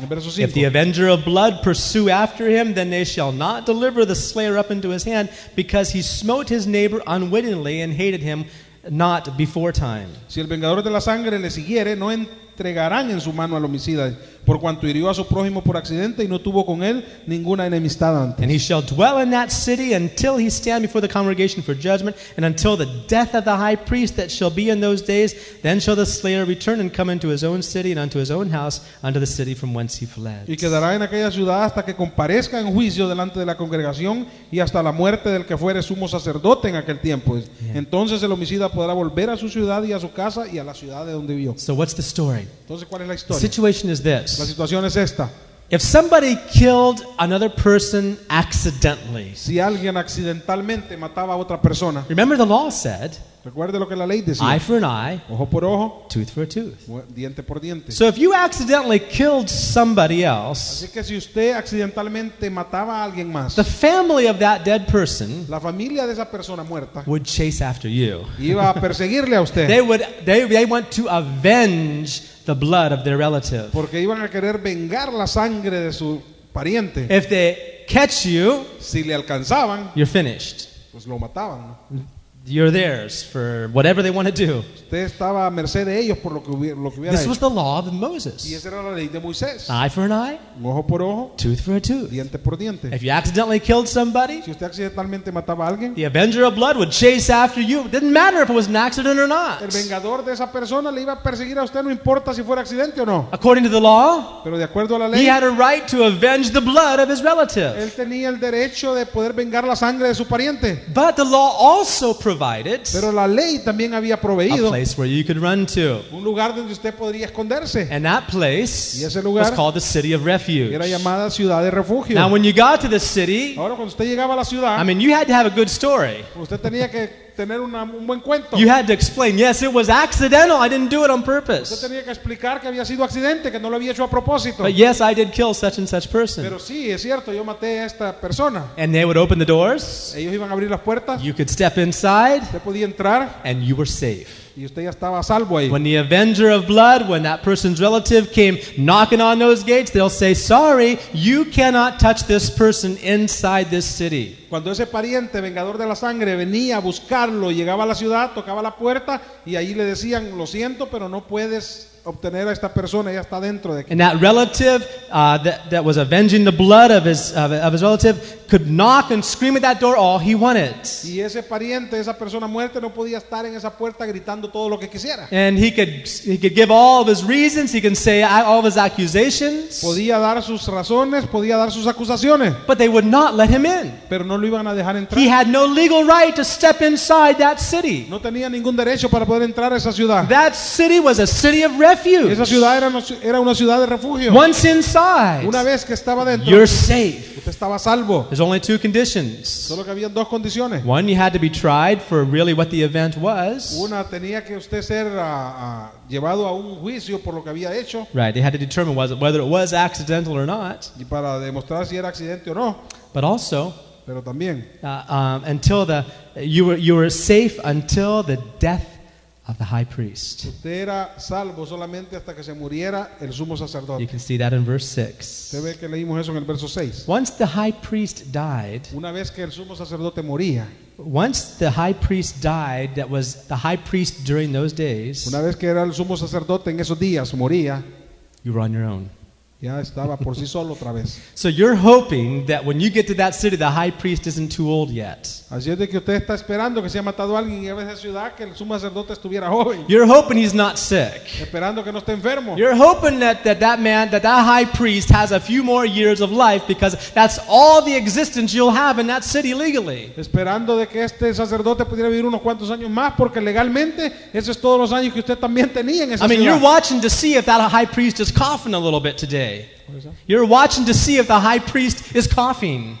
S4: En verso
S2: 5
S4: cinco.
S2: If the avenger of blood pursue after him, then they shall not deliver the slayer up into his hand, because he smote his neighbor unwittingly and hated him not before time.
S4: Si el vengador de la sangre le siguiere, no entregarán en su mano al homicida, por cuanto hirió a su prójimo por accidente y no tuvo con él ninguna enemistad antes.
S2: And he shall dwell in that city until he stand before the congregation for judgment, and until the death of the high priest that shall be in those days. Then shall the slayer return and come into his own city, and unto his own house, unto the city from whence he fled.
S4: Y quedará en aquella ciudad hasta que comparezca en juicio delante de la congregación y hasta la muerte del que fuere sumo sacerdote en aquel tiempo. Entonces el homicida podrá volver a su ciudad y a su casa y a la ciudad de donde vivió.
S2: So, what's the story?
S4: Entonces, ¿cuál es la
S2: The
S4: historia?
S2: situation is
S4: La
S2: this
S4: situación es esta.
S2: If somebody killed another person accidentally,
S4: Si alguien accidentalmente mataba a otra persona,
S2: remember the law said
S4: recuerde lo que la ley
S2: eye
S4: decía.
S2: for an eye,
S4: Ojo por ojo,
S2: tooth for a tooth.
S4: mu- diente por diente.
S2: So, if you accidentally killed somebody else,
S4: Así que si usted accidentalmente mataba a alguien más,
S2: the family of that dead person
S4: la familia de esa persona muerta
S2: would chase after you.
S4: iba a perseguirle a usted
S2: They would they, they want to avenge the blood of their relative.
S4: porque iban a querer vengar la sangre de su pariente.
S2: If they catch you,
S4: Si le alcanzaban,
S2: you're finished.
S4: pues lo mataban. ¿no?
S2: You're theirs for whatever they want to do.
S4: Usted estaba a merced de ellos por lo que hubiera, lo que hubiera
S2: This
S4: hecho.
S2: was the law of
S4: Y
S2: Moses.
S4: esa era la ley de Moisés.
S2: Eye for an eye,
S4: Un Ojo por ojo,
S2: tooth for a tooth.
S4: diente por diente.
S2: If you accidentally killed somebody,
S4: Si usted accidentalmente mataba a alguien,
S2: the avenger of blood would chase after you. It didn't matter if it was an accident or
S4: el
S2: not.
S4: vengador de esa persona le iba a perseguir a usted, no importa si fuera accidente o no.
S2: According to the law,
S4: Pero de acuerdo a la
S2: he
S4: ley,
S2: had a right to avenge the blood of his relative.
S4: él tenía el derecho de poder vengar la sangre de su pariente.
S2: But the law also provided
S4: Pero la ley también había
S2: a
S4: proveído
S2: place where you could run to.
S4: un lugar donde usted podría esconderse.
S2: And that place
S4: Y ese
S2: was
S4: lugar
S2: called the city of refuge.
S4: Era llamada ciudad de refugio.
S2: Now,
S4: Ahora,
S2: when you got to the city,
S4: cuando usted llegaba a la
S2: I
S4: ciudad,
S2: mean, you had to have a good story.
S4: usted tenía que tener una- un buen cuento.
S2: You had to explain, yes, it was accidental. I didn't do it on
S4: Usted
S2: purpose.
S4: tenía que explicar que había sido accidente, que no lo había hecho a propósito.
S2: But yes, I did kill such and such person.
S4: Pero sí, es cierto, yo maté a esta persona.
S2: And they would open the doors,
S4: Ellos iban a abrir las puertas,
S2: you could step inside,
S4: usted podía entrar
S2: and you were safe.
S4: y usted ya estaba a salvo ahí.
S2: When the avenger of blood, when that person's relative came knocking on those gates, they'll say, Sorry, you cannot touch this person inside this city.
S4: Cuando ese pariente vengador de la sangre venía a buscarlo, llegaba a la ciudad, tocaba la puerta y ahí le decían, lo siento, pero no puedes obtener a esta persona, ella está dentro de aquí.
S2: And that relative uh, that, that was avenging the blood of his, of, of his relative could knock and scream at that door all he wanted.
S4: Y ese pariente, esa persona muerta, no podía estar en esa puerta gritando todo lo que quisiera.
S2: And he could, he could give all of his reasons, he can say all of his accusations,
S4: Podía dar sus razones, podía dar sus acusaciones,
S2: but they would not let him in.
S4: pero no lo iban a dejar entrar.
S2: He had no legal right to step inside that city.
S4: No tenía ningún derecho para poder entrar a esa ciudad.
S2: That city was a city of refuge.
S4: Esa ciudad era, una ci- era una ciudad de refugio.
S2: Once inside,
S4: Una vez que estaba dentro,
S2: you're safe.
S4: usted estaba a salvo.
S2: There's only two conditions.
S4: Solo que había dos condiciones.
S2: One, you had to be tried for really what the event was.
S4: Una tenía que usted ser ah, ah, llevado a un juicio por lo que había hecho
S2: Right, they had to determine was it, whether it was accidental or not.
S4: y para demostrar si era accidente o no.
S2: But also,
S4: Pero también
S2: uh, um, until the you were you were safe until the death of the high priest.
S4: usted era salvo solamente hasta que se muriera el sumo
S2: You
S4: sacerdote.
S2: can see that in verse six.
S4: Usted ve que leímos eso en el verso 6.
S2: Once the high priest died,
S4: Una vez que el sumo sacerdote moría,
S2: once the high priest died, that was the high priest during those days.
S4: una vez que era el sumo sacerdote en esos días moría,
S2: You were on your own.
S4: ya estaba por sí solo otra vez.
S2: So you're hoping that when you get to that city, the high priest isn't too old yet.
S4: Así es de que usted está esperando que se haya matado a alguien y a veces ciudad que el sumo sacerdote estuviera joven,
S2: You're hoping he's not sick.
S4: esperando que no esté enfermo.
S2: You're hoping that, that that man, that that high priest has a few more years of life because that's all the existence you'll have in that city legally.
S4: Esperando de que este sacerdote pudiera vivir unos cuantos años más, porque legalmente esos es todos los años que usted también tenía en esa
S2: I mean,
S4: ciudad.
S2: you're watching to see if that high priest is coughing a little bit today. You're watching to see if the high priest is coughing.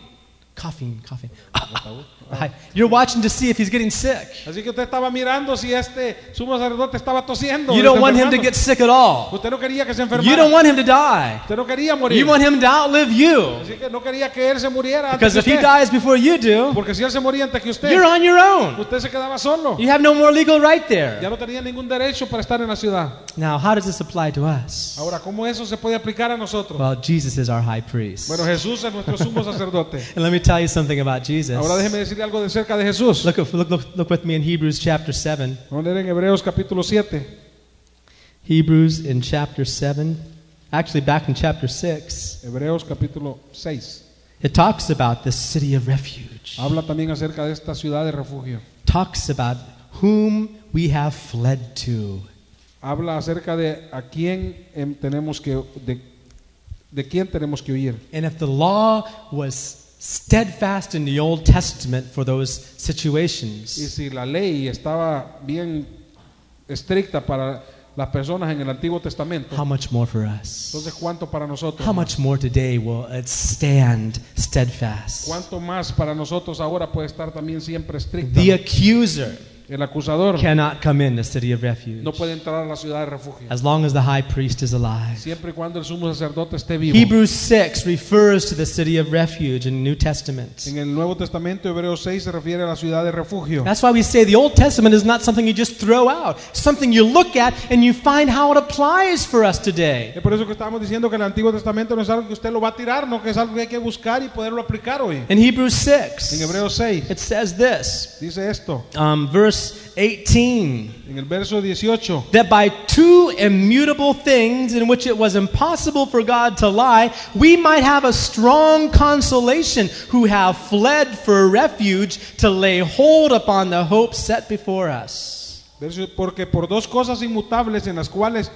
S2: Coughing, coughing. The high- You're watching to see if he's getting sick.
S4: Así que usted estaba mirando si este sumo sacerdote estaba tosiendo.
S2: You
S4: o
S2: don't
S4: está
S2: want him to
S4: enfermando.
S2: get sick at all.
S4: Usted no quería que se
S2: You don't
S4: enfermara.
S2: want him to die.
S4: Usted no quería morir.
S2: You want him to outlive you.
S4: Así que no quería que él se muriera antes
S2: Because
S4: que
S2: if he
S4: usted.
S2: dies before you do,
S4: Porque si él se moría antes que usted,
S2: you're on your own.
S4: usted se quedaba solo.
S2: You have no more legal right
S4: Ya
S2: there.
S4: no tenía ningún derecho para estar en la ciudad.
S2: Now, how does this apply to us?
S4: Ahora, ¿cómo eso se puede aplicar a nosotros?
S2: Well, Jesus is our high priest.
S4: Bueno, Jesús es nuestro sumo sacerdote.
S2: And let me tell you something about Jesus.
S4: Ahora déjeme decirle algo de cerca de Jesús.
S2: Look, look, look, look with me in Hebrews chapter 7.
S4: Vamos a leer en Hebreos capítulo 7.
S2: Hebrews in chapter 7, actually back in chapter 6,
S4: Hebreos capítulo 6.
S2: it talks about the city of refuge.
S4: Habla también acerca de esta ciudad de refugio.
S2: Talks about whom we have fled to.
S4: Habla acerca de a quién em, tenemos que de, de quién tenemos que huir.
S2: And if the law was steadfast in the Old Testament for those
S4: Y
S2: situations,
S4: si la ley estaba bien estricta para las personas en el Antiguo Testamento,
S2: how much more for us?
S4: entonces cuánto para nosotros?
S2: How much more today will it stand steadfast?
S4: ¿Cuánto más para nosotros ahora puede estar también siempre estricta?
S2: The accuser
S4: El acusador
S2: cannot come in the city of
S4: no
S2: refuge
S4: puede entrar a la ciudad de refugio,
S2: as long as the high priest is alive.
S4: siempre y cuando el sumo sacerdote esté vivo.
S2: Hebrews 6 refers to the city of refuge in the New Testament.
S4: En el Nuevo Testamento, Hebreos 6 se refiere a la ciudad de refugio.
S2: That's why we say the Old Testament is not something you just throw out, something you look at and you find how it applies for us today.
S4: Es por eso que estábamos diciendo que el Antiguo Testamento no es algo que usted lo va a tirar, no que es algo que hay que buscar y poderlo aplicar hoy.
S2: In Hebrews
S4: En
S2: 6,
S4: Hebreos 6
S2: it says this,
S4: dice esto,
S2: um, verse 18,
S4: en el verso 18,
S2: that by two immutable things in which it was impossible for God to lie, we might have a strong consolation who have fled for refuge to lay hold upon the hope set before us.
S4: verso- porque por dos cosas inmutables en las cuales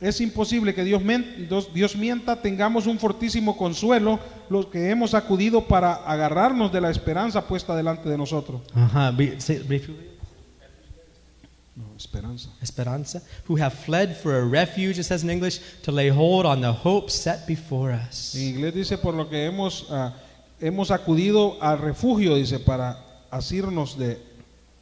S4: es imposible que Dios, men- dos- Dios mienta, tengamos un fortísimo consuelo los que hemos acudido para agarrarnos de la esperanza puesta delante de nosotros.
S2: Ajá, vi- sí, refugio.
S4: No, esperanza.
S2: Esperanza, who have fled for a refuge, it says in English, to lay hold on the hope set before us.
S4: En inglés dice por lo que hemos, ah, hemos acudido al refugio, dice, para asirnos de,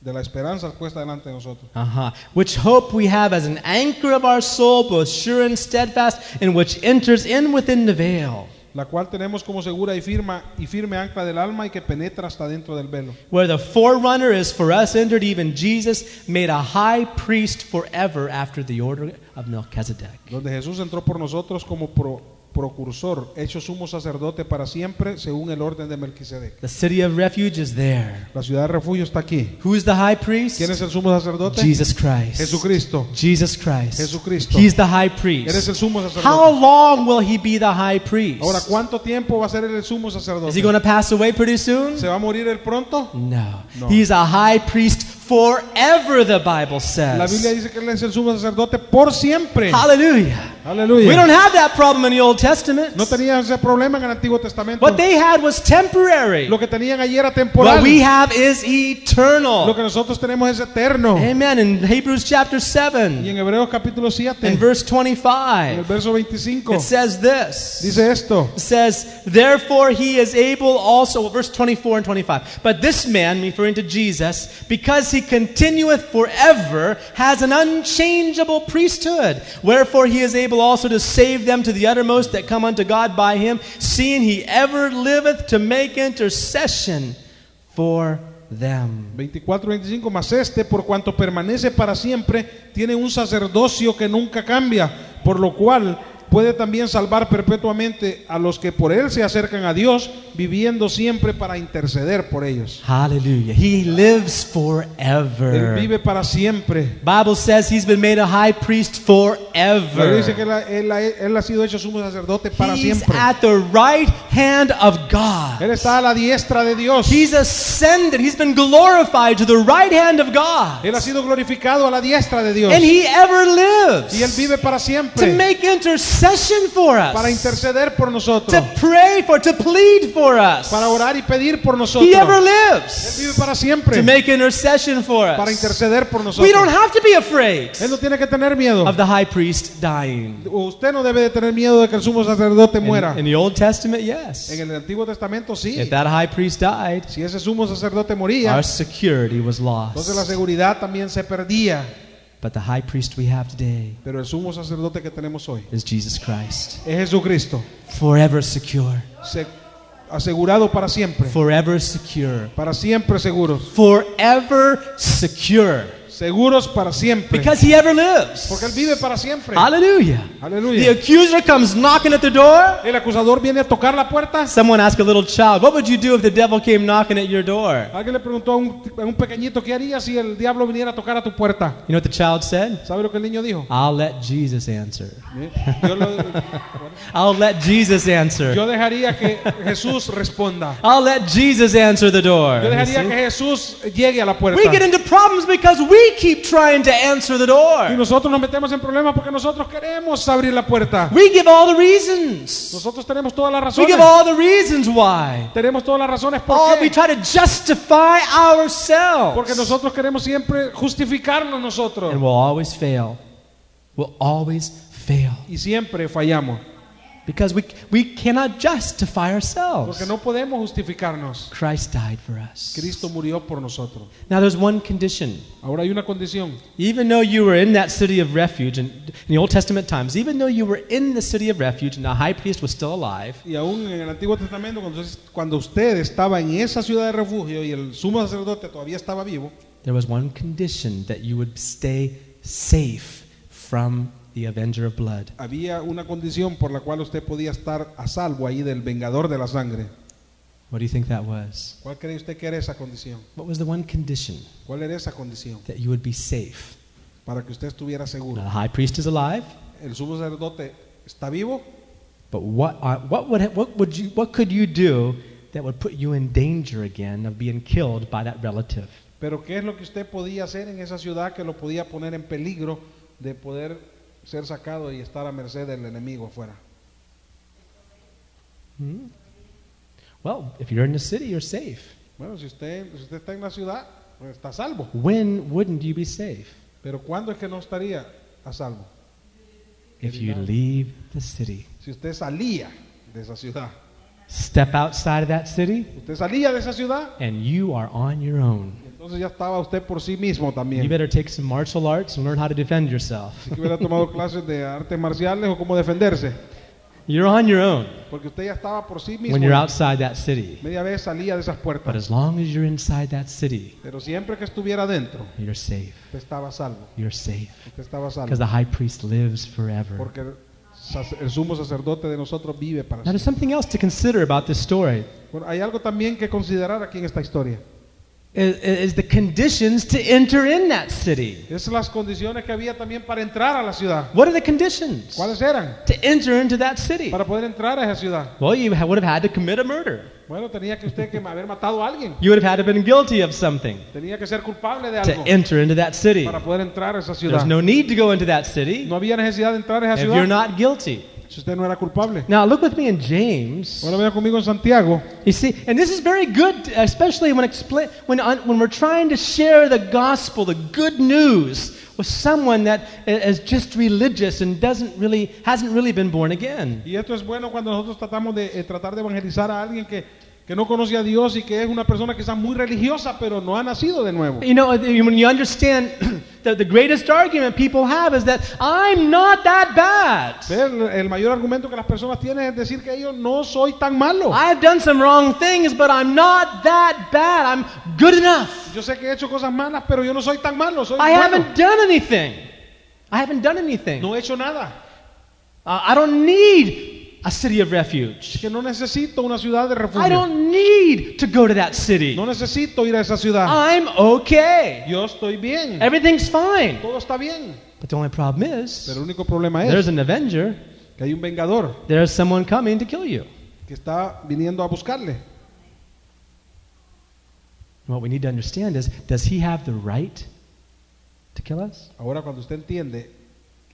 S4: de la esperanza puesta delante de nosotros.
S2: Uh-huh. Which hope we have as an anchor of our soul, both sure and steadfast, and which enters in within the veil,
S4: la cual tenemos como segura y firma y firme ancla del alma y que penetra hasta dentro del velo,
S2: where the forerunner is for us entered, even Jesus, made a high priest forever after the order of Melchizedek.
S4: donde Jesús entró por nosotros como pro- procursor, hecho sumo sacerdote para siempre según el orden de Melquisedec.
S2: The city of refuge is there.
S4: La ciudad de refugio está aquí.
S2: Who's the high priest?
S4: ¿Quién es el sumo sacerdote?
S2: Jesus Christ.
S4: Jesucristo.
S2: Jesus Christ.
S4: Jesucristo.
S2: He's the high priest.
S4: Eres el sumo
S2: How
S4: sacerdote.
S2: long will he be the high priest?
S4: Ahora, ¿cuánto tiempo va a ser el sumo
S2: Is he
S4: sacerdote?
S2: going to pass away pretty soon?
S4: ¿Se va a morir él pronto?
S2: No.
S4: No.
S2: He's a high priest forever, the Bible
S4: La
S2: says.
S4: Biblia dice que él es el sumo sacerdote por siempre.
S2: Hallelujah. We don't
S4: Aleluya.
S2: have that problem in the Old Testament.
S4: No tenían ese problema en el Antiguo Testamento.
S2: What they had was temporary.
S4: Lo que tenían ayer era
S2: What
S4: temporal.
S2: we have is
S4: Lo
S2: eternal.
S4: que nosotros tenemos es eterno.
S2: Amen. In Hebrews chapter
S4: Y
S2: 7,
S4: en Hebreos capítulo
S2: in
S4: 7,
S2: verse
S4: en el
S2: 25,
S4: verso 25,
S2: it says this.
S4: dice esto.
S2: says, Therefore he is able also, well, verse 24 and 25. But this man, referring to Jesus, because he continueth forever, has an unchangeable priesthood. Wherefore he is able also to save them to the uttermost that come unto God by him, seeing he ever liveth to make intercession for them.
S4: 24, 25, más este, por cuanto permanece para siempre, tiene un sacerdocio que nunca cambia, por lo cual puede también salvar perpetuamente a los que por él se acercan a Dios, viviendo siempre para interceder por ellos.
S2: Hallelujah. He lives
S4: Él
S2: forever.
S4: vive para siempre.
S2: Bible says he's been made a high priest
S4: La Biblia dice
S2: forever.
S4: que él, ha- él ha- él ha sido hecho sumo sacerdote para
S2: He's
S4: siempre.
S2: at the right hand of God.
S4: Él está a la diestra de Dios.
S2: He's ascended. He's been glorified to the right hand of God.
S4: Él ha sido glorificado a la diestra de Dios.
S2: And he ever
S4: Y él
S2: lives
S4: vive para
S2: to
S4: siempre.
S2: make intercession for
S4: para
S2: us,
S4: interceder por nosotros,
S2: to pray for, to plead for us.
S4: para orar y pedir por
S2: He ever
S4: nosotros. Él vive
S2: lives
S4: para
S2: to
S4: siempre,
S2: make intercession for
S4: para
S2: us.
S4: interceder por
S2: We don't
S4: nosotros.
S2: have to be afraid
S4: Él no tiene que tener miedo.
S2: of the high priest dying.
S4: Usted no debe de tener miedo de que el sumo sacerdote
S2: In,
S4: muera.
S2: in the Old Testament, yes.
S4: En el Antiguo Testamento sí.
S2: If that high priest died,
S4: Si ese sumo sacerdote moría,
S2: our security was
S4: entonces la
S2: lost.
S4: seguridad también se perdía.
S2: But the high priest we have today
S4: Pero el sumo sacerdote que tenemos hoy
S2: is Jesus Christ.
S4: es Jesucristo,
S2: Forever secure.
S4: se- asegurado para siempre,
S2: Forever secure.
S4: para siempre seguros,
S2: Forever secure.
S4: seguros para siempre,
S2: Because he ever lives.
S4: porque él vive para siempre.
S2: Hallelujah. The
S4: Aleluya.
S2: accuser comes knocking at the door.
S4: El acusador viene a tocar la puerta.
S2: Someone asked a little child, What would you do if the devil came knocking at your door?
S4: Alguien le preguntó a un, a un pequeñito qué haría si el diablo viniera a tocar a tu puerta.
S2: You know what the child said?
S4: ¿Sabe lo que el niño dijo?
S2: I'll let Jesus answer.
S4: Yo, lo-
S2: I'll let Jesus answer.
S4: yo dejaría que Jesús responda.
S2: I'll let Jesus answer the door.
S4: Yo
S2: You
S4: dejaría que
S2: see?
S4: Jesús llegue a la puerta.
S2: We get into problems because we keep trying to answer the
S4: Y
S2: door.
S4: nosotros nos metemos en problemas porque nosotros queremos abrir la puerta.
S2: We give all the reasons.
S4: Nosotros tenemos todas las
S2: We
S4: razones.
S2: give all the reasons why.
S4: Tenemos todas las razones por
S2: Oh, we
S4: qué.
S2: try to justify
S4: Porque
S2: ourselves.
S4: nosotros queremos siempre justificarnos
S2: And
S4: nosotros.
S2: we'll always fail. We'll always fail.
S4: Y siempre fallamos.
S2: Because we, we cannot justify
S4: Porque
S2: ourselves.
S4: no podemos justificarnos.
S2: Christ died for us.
S4: Cristo murió por nosotros.
S2: Now, there's one condition.
S4: Ahora hay una condición.
S2: Even though you were in that city of refuge in, in the Old Testament times, even though you were in the city of refuge and the high priest was still alive,
S4: Y aún en el Antiguo Testamento, cuando, cuando usted estaba en esa ciudad de refugio y el sumo sacerdote todavía estaba vivo,
S2: there was one condition that you would stay safe from the Avenger of Blood.
S4: había una condición por la cual usted podía estar a salvo ahí del vengador de la sangre.
S2: What do you think that was?
S4: ¿Cuál cree usted que era esa condición?
S2: What was the one condition
S4: ¿Cuál era esa condición?
S2: that you would be safe?
S4: Para que usted
S2: Now,
S4: estuviera seguro.
S2: the high priest is alive,
S4: El sumo sacerdote está vivo,
S2: but what, are, what, would, what, would you, what could you do that would put you in danger again of being killed by that relative?
S4: pero ¿qué es lo que usted podía hacer en esa ciudad que lo podía poner en peligro de poder ser sacado y estar a merced del enemigo afuera?
S2: Hmm? Well, if you're in the city, you're safe.
S4: Bueno, si usted, si usted está en la ciudad, pues está a salvo.
S2: When wouldn't you be safe?
S4: Pero ¿cuándo es que no estaría a salvo?
S2: If you leave the city,
S4: Si usted salía de esa ciudad.
S2: step outside of that city,
S4: Usted salía de esa ciudad,
S2: and you are on your own.
S4: entonces ya estaba usted por sí mismo
S2: You
S4: también.
S2: better take some martial arts and learn how to defend yourself.
S4: Si hubiera tomado clases de artes marciales o cómo defenderse,
S2: You're on your own
S4: porque usted ya estaba por sí mismo.
S2: when you're outside that city.
S4: Media vez salía de esas
S2: But
S4: puertas.
S2: as long as you're inside that city,
S4: Pero siempre que estuviera dentro,
S2: you're safe.
S4: usted estaba a salvo.
S2: You're safe.
S4: Usted estaba a
S2: Because
S4: salvo.
S2: the high priest lives forever.
S4: Porque el, sac- el sumo sacerdote de nosotros vive para
S2: Now, there's
S4: siempre.
S2: something else to consider about this story.
S4: Bueno, hay algo también que considerar aquí en esta historia.
S2: i- i- Is the conditions to enter in that city.
S4: Es las condiciones que había también para entrar a la ciudad.
S2: What are the conditions
S4: ¿Cuáles eran?
S2: to enter into that city?
S4: Para poder entrar a esa ciudad.
S2: Well, you ha- would have had to commit a murder.
S4: Bueno, tenía que usted que haber matado a alguien.
S2: You would have had to been guilty of something
S4: Tenía que ser culpable de
S2: to
S4: algo
S2: enter into that city.
S4: para poder entrar a esa ciudad.
S2: There's no need to go into that city
S4: No había necesidad de entrar a esa
S2: if you're
S4: ciudad
S2: not guilty.
S4: si usted no era culpable.
S2: Now, look with me in James.
S4: Bueno, vea conmigo en Santiago.
S2: You see, and this is very good, especially when, expla- when, un- when we're trying to share the gospel, the good news, with someone that i- is just religious and doesn't really, hasn't really been born again.
S4: Y esto es bueno cuando nosotros tratamos de eh, tratar de evangelizar a alguien que, que no conoce a Dios y que es una persona quizás muy religiosa, pero no ha nacido de nuevo.
S2: You know, when you understand that the greatest argument people have is that I'm not that bad.
S4: El, el mayor argumento que las personas tienen es decir que yo no soy tan malo.
S2: I've done some wrong things, but I'm not that bad. I'm good enough.
S4: Yo sé que he hecho cosas malas, pero yo no soy tan malo. Soy
S2: I
S4: bueno.
S2: haven't done anything. I haven't done anything.
S4: No he hecho nada.
S2: Uh, I don't need a city of refuge.
S4: Que no necesito una ciudad de refugio.
S2: I don't need to go to that city.
S4: No necesito ir a esa ciudad.
S2: I'm okay.
S4: Yo estoy bien.
S2: Everything's fine.
S4: Todo está bien.
S2: But the only problem
S4: Pero
S2: is
S4: el único problema es
S2: there's an avenger,
S4: que hay un vengador
S2: there's someone coming to kill you.
S4: que está viniendo a buscarle.
S2: And what we need to understand is does he have the right to kill us?
S4: Ahora cuando usted entiende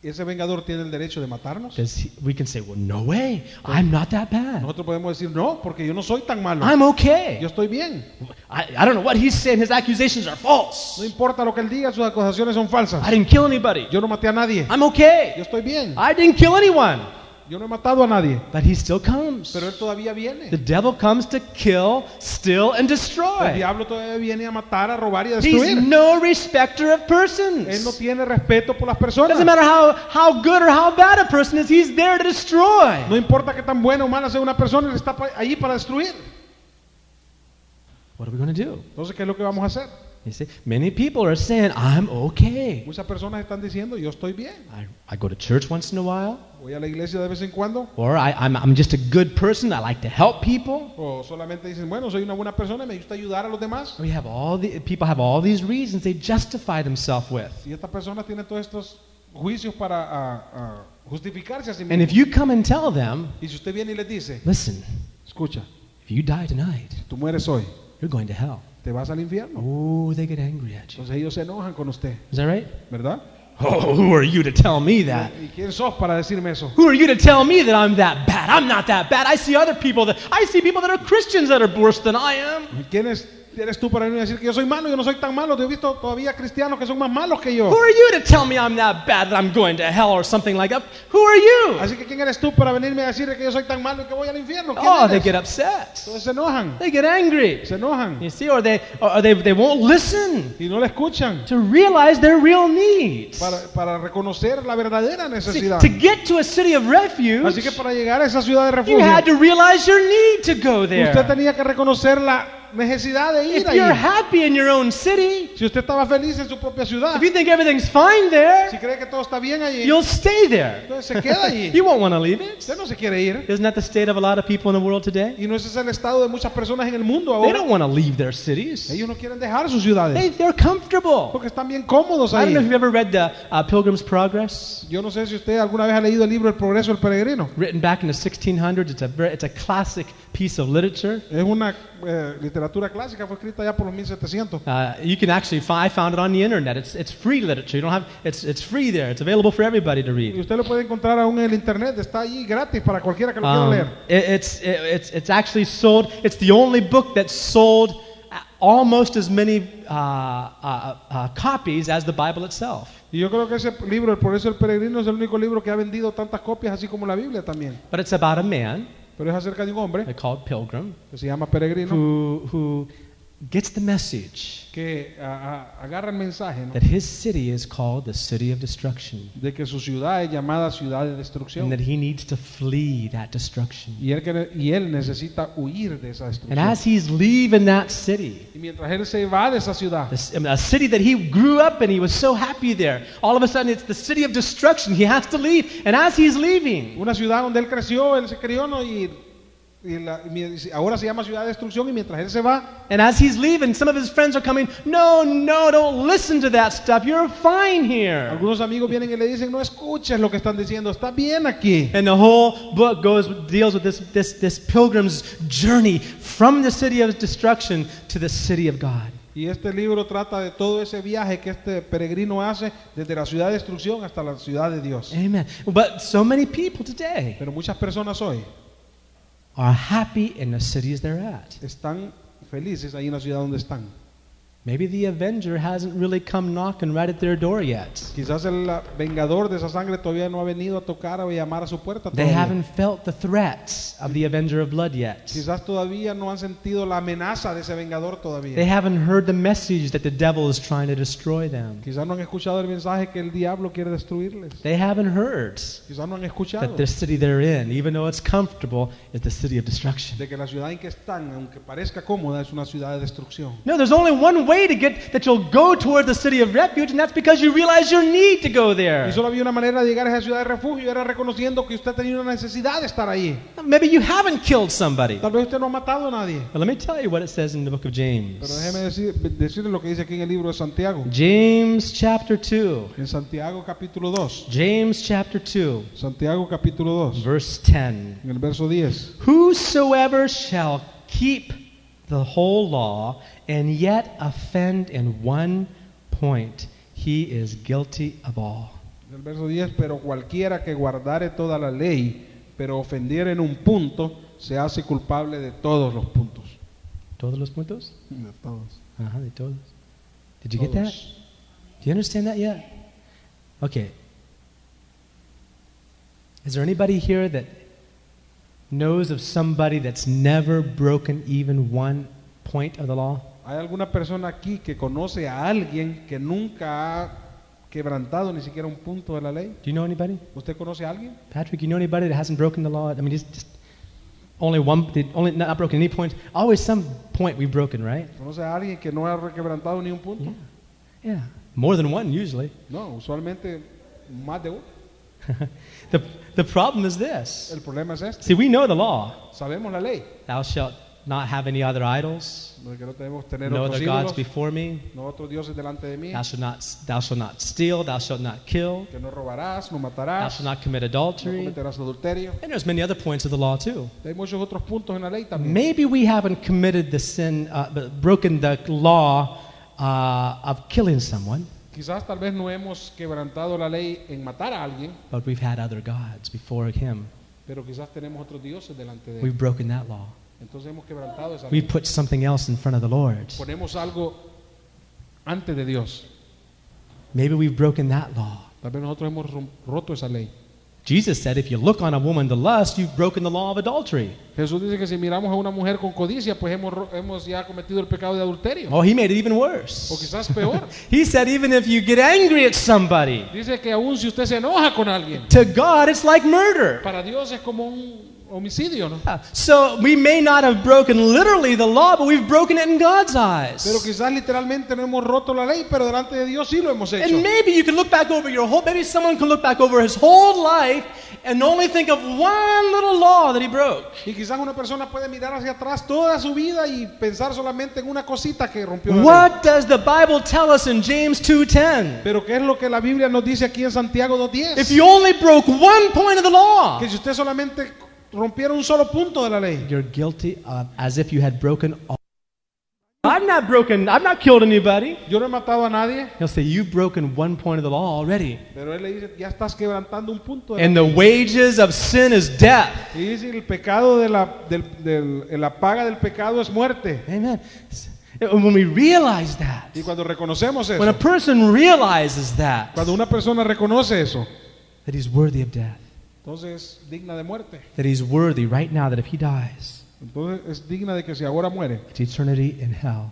S4: ese vengador tiene el derecho de matarnos.
S2: Because we can say, well, no way. I'm not that bad.
S4: Nosotros podemos decir, no, porque yo no soy tan malo.
S2: I'm
S4: Yo
S2: okay.
S4: estoy bien.
S2: I, I don't know what he's saying. His accusations are
S4: No
S2: false.
S4: importa lo que él diga, sus acusaciones son falsas.
S2: I didn't kill anybody.
S4: Yo no maté a nadie.
S2: I'm okay.
S4: Yo estoy bien.
S2: I didn't kill anyone.
S4: Yo no he matado a nadie.
S2: But he still comes.
S4: Pero él todavía viene.
S2: The devil comes to kill, steal, and
S4: El
S2: destroy.
S4: diablo todavía viene a matar, a robar y a
S2: He's
S4: destruir.
S2: no respecter of
S4: Él no
S2: persons.
S4: tiene respeto por las
S2: Doesn't
S4: personas.
S2: matter how, how good or how bad a person is, he's there to destroy.
S4: No importa qué tan buena o mala sea una persona, él está pa- ahí para destruir.
S2: What are we going to do?
S4: Entonces, ¿qué es lo que vamos a hacer?
S2: You see, many people are saying, I'm okay.
S4: Muchas personas están diciendo, yo estoy bien.
S2: I, I go to church once in a while,
S4: Voy a la iglesia de vez en cuando.
S2: or I, I'm, I'm just a good person. I like to help people.
S4: O solamente dicen, bueno, soy una buena persona y me gusta ayudar a los demás.
S2: We have all the, people have all these reasons they justify themselves with.
S4: Y estas personas tienen todos estos juicios para ah, ah, justificarse a sí
S2: And if
S4: mismos.
S2: you come and tell them,
S4: Y si usted viene y les dice,
S2: listen,
S4: escucha,
S2: if you die tonight,
S4: tú mueres hoy,
S2: you're going to hell.
S4: te vas al infierno.
S2: Oh, they get angry at you.
S4: Entonces ellos se enojan con usted,
S2: Is that right?
S4: ¿verdad?
S2: Oh, who are you to tell me that?
S4: ¿Y quién sos para decirme eso?
S2: Who are you to tell me that I'm that bad? I'm not that bad. I see other people that I see people that are Christians that are worse than I am.
S4: ¿Y ¿Quién es, eres tú para venir a decir que yo soy malo? Yo no soy tan malo. Yo he visto todavía cristianos que son más malos que yo.
S2: Who are you to tell me I'm that bad that I'm going to hell or something like that? Who are you?
S4: Así que ¿quién eres tú para venirme a decir que yo soy tan malo y que voy al infierno? ¿Quién
S2: Oh, they
S4: eres?
S2: get upset.
S4: Entonces se enojan,
S2: They get angry.
S4: se enojan
S2: You see, or they or they, they won't listen
S4: y no le escuchan
S2: to realize their real needs.
S4: para, para reconocer la verdadera
S2: See,
S4: necesidad.
S2: to get to a city of
S4: Así que
S2: refuge,
S4: para llegar a esa ciudad de
S2: you had
S4: refugio,
S2: to realize your need to go
S4: usted
S2: there.
S4: tenía que reconocer la necesidad de ir
S2: If you're
S4: ahí.
S2: happy in your own city,
S4: Si usted estaba feliz en su propia ciudad,
S2: if you think everything's fine there,
S4: si cree que todo está bien allí,
S2: You'll stay there.
S4: entonces se queda allí.
S2: You won't want to leave it.
S4: Usted no se quiere ir.
S2: Isn't that the state of a lot of people in the world today?
S4: Y no ese es el estado de muchas personas en el mundo
S2: They
S4: ahora.
S2: don't want to leave their cities.
S4: Ellos no quieren dejar sus ciudades.
S2: They, they're comfortable.
S4: Porque están bien cómodos
S2: I don't know if
S4: ahí.
S2: you've ever read the uh, Pilgrim's Progress,
S4: Yo no sé si usted alguna vez ha leído el libro El Progreso del Peregrino.
S2: written back in the 1600s. It's a, ver- it's a classic piece of literature.
S4: Es una eh, literatura clásica, fue escrita ya por los 1700.
S2: Uh, you can actually find, I found it on the internet. It's, it's free literature. You don't have, it's, it's free there. It's available for everybody to
S4: Y
S2: read.
S4: usted lo puede encontrar aún en el internet, está ahí gratis para cualquiera que lo
S2: Um,
S4: quiera
S2: it,
S4: leer.
S2: it's, it, it's, it's actually sold, it's the only book that's sold a- almost as many uh, uh, uh, copies as the Bible itself.
S4: Y yo creo que ese libro, El Progreso del Peregrino, es el único libro que ha vendido tantas copias, así como la Biblia también.
S2: But it's about a man,
S4: Pero es acerca de un hombre
S2: they call it Pilgrim,
S4: que se llama Peregrino,
S2: who, who gets the message
S4: que a- a- agarra el mensaje ¿no?
S2: that his city is called the City of Destruction
S4: de que su ciudad es llamada ciudad de destrucción.
S2: and that he needs to flee that destruction.
S4: Y él, quiere- y él necesita huir de esa
S2: And
S4: destrucción.
S2: as he's leaving that city,
S4: Y mientras él se va de esa ciudad,
S2: this- a city that he grew up in, he was so happy there. All of a sudden, it's the city of destruction. He has to leave. And as he's leaving,
S4: una ciudad donde él creció, él se crió ¿no? y, y la- y mi- ahora se llama ciudad de destrucción y mientras él se va,
S2: and as he's leaving, some of his friends are coming, No, no, don't listen to that stuff. You're fine here.
S4: algunos amigos vienen y le dicen, no escuches lo que están diciendo, está bien aquí.
S2: And the whole book goes deals with this, this, this pilgrim's journey from the city of destruction to the city of God.
S4: Y este libro trata de todo ese viaje que este peregrino hace desde la ciudad de destrucción hasta la ciudad de Dios.
S2: Amen. But so many people today
S4: Pero muchas personas hoy
S2: are happy in the cities they're at.
S4: están felices ahí en la ciudad donde están.
S2: Maybe the Avenger hasn't really come knocking right at their door yet.
S4: Quizás el ah, vengador de esa sangre todavía no ha venido a tocar o llamar a su puerta.
S2: They
S4: todavía.
S2: haven't felt the threats of the Avenger of Blood yet.
S4: Quizás todavía no han sentido la amenaza de ese vengador todavía.
S2: They haven't heard the message that the devil is trying to destroy them.
S4: Quizás no han escuchado el mensaje que el diablo quiere destruirles.
S2: They haven't heard
S4: Quizás no han escuchado
S2: that the city they're in, even though it's comfortable, is the city of destruction.
S4: de que la ciudad en que están, aunque parezca cómoda, es una ciudad de destrucción.
S2: No, there's only one way to get that you'll go toward the city of refuge, and that's because you realize your need to go
S4: Y
S3: Eh.
S2: there.
S4: solo había una manera de llegar a esa ciudad de refugio, era reconociendo que usted tenía una necesidad de estar ahí.
S2: Maybe you haven't killed somebody.
S4: Tal vez usted no ha matado a nadie.
S2: But let me tell you what it says in the book of
S4: Pero déjeme
S2: James.
S4: decir, decirle lo que dice aquí en el libro de Santiago.
S2: James chapter 2.
S4: En Santiago capítulo 2.
S2: James chapter 2,
S4: Santiago capítulo 2.
S2: verse 10.
S4: En el verso 10.
S2: Whosoever shall keep the whole law and yet offend in one point, he is guilty of all.
S4: El verso 10, pero cualquiera que guardare toda la ley, pero ofendiere en un punto, se hace culpable de todos los puntos.
S2: Todos los puntos?
S3: De todos.
S2: Uh-huh, de todos. Did you get that?
S4: Todos.
S2: Do you understand that yet? Okay. Is there anybody here that knows of somebody that's never broken even one point of the law?
S4: ¿Hay alguna persona aquí que conoce a alguien que nunca ha quebrantado ni siquiera un punto de la ley?
S2: Do you know anybody?
S4: ¿Usted conoce a alguien?
S2: Patrick, you know anybody that hasn't broken the law? I mean, just, just only one, the only not broken any point. Always some point we've broken, right?
S4: ¿Conoce a alguien que no ha quebrantado ni un punto?
S2: Yeah. Yeah. More than one, usually.
S4: No, usualmente más de uno.
S2: the, the problem is this.
S4: El problema es este.
S2: See, we know the law.
S4: Sabemos la ley,
S2: Thou shalt not have any other idols,
S4: de que no debemos tener
S2: no
S4: otros
S2: other gods
S4: ídolos,
S2: before me.
S4: no otros dioses delante de mí,
S2: Thou shalt not, thou shalt not steal, thou shalt not kill,
S4: que no robarás, no
S2: thou
S4: matarás,
S2: shalt not commit
S4: no
S2: adultery.
S4: cometerás adulterio.
S2: And there's many other points of the law too.
S4: Hay muchos otros puntos en la ley también.
S2: Maybe we haven't committed the sin, uh, but broken the law uh, of killing someone,
S4: Quizás tal vez no hemos quebrantado la ley en matar a alguien,
S2: but we've had other gods before him.
S4: pero quizás tenemos otros dioses delante de él.
S2: We've broken that law.
S4: Entonces hemos quebrantado esa
S2: We
S4: ley.
S2: put something else in front of the Lord.
S4: Ponemos algo antes de Dios.
S2: Maybe we've broken that law.
S4: Tal vez nosotros hemos rom- roto esa ley.
S2: Jesus said, if you look on a woman to lust, you've broken the law of adultery.
S4: Jesús dice que si miramos a una mujer con codicia, pues hemos, ro- hemos ya cometido el pecado de adulterio.
S2: Oh, he made it even
S4: O
S2: worse.
S4: quizás peor.
S2: He said, even if you get angry at somebody,
S4: Dice que aún si usted se enoja con alguien,
S2: to God, it's like murder.
S4: para Dios es como un homicidio, ¿no?
S2: Yeah, So we may not have broken literally the law, but we've broken it in God's
S4: Pero
S2: eyes.
S4: quizás literalmente no hemos roto la ley, pero delante de Dios sí lo hemos hecho.
S2: And maybe you can look back over your whole, maybe someone can look back over his whole life and only think of one little law that he broke.
S4: Y quizás una persona puede mirar hacia atrás toda su vida y pensar solamente en una cosita que rompió la ley.
S2: What does the Bible tell us in James 2:10?
S4: Pero ¿qué es lo que la Biblia nos dice aquí en Santiago
S2: If
S4: 2.10?
S2: you only broke one point of the law,
S4: Que si usted solamente rompiera un solo punto de la ley,
S2: you're guilty of as if you had broken all. I've not broken, I've not killed anybody.
S4: yo no he matado a nadie,
S2: He'll say, You've broken one point of the law already.
S4: pero él le dice, ya estás quebrantando un punto. De la
S2: And the wages of sin is death.
S4: ley. Y dice, el pecado de la, del- del- la paga del pecado es muerte.
S2: Amen. When we realize that,
S4: Y cuando reconocemos
S2: when a
S4: eso,
S2: person realizes that,
S4: cuando una persona reconoce eso,
S2: that he's worthy of death,
S4: entonces es digna de muerte.
S2: that he's worthy right now, that if he dies,
S4: Entonces es digna de que si ahora muere,
S2: it's eternity in hell.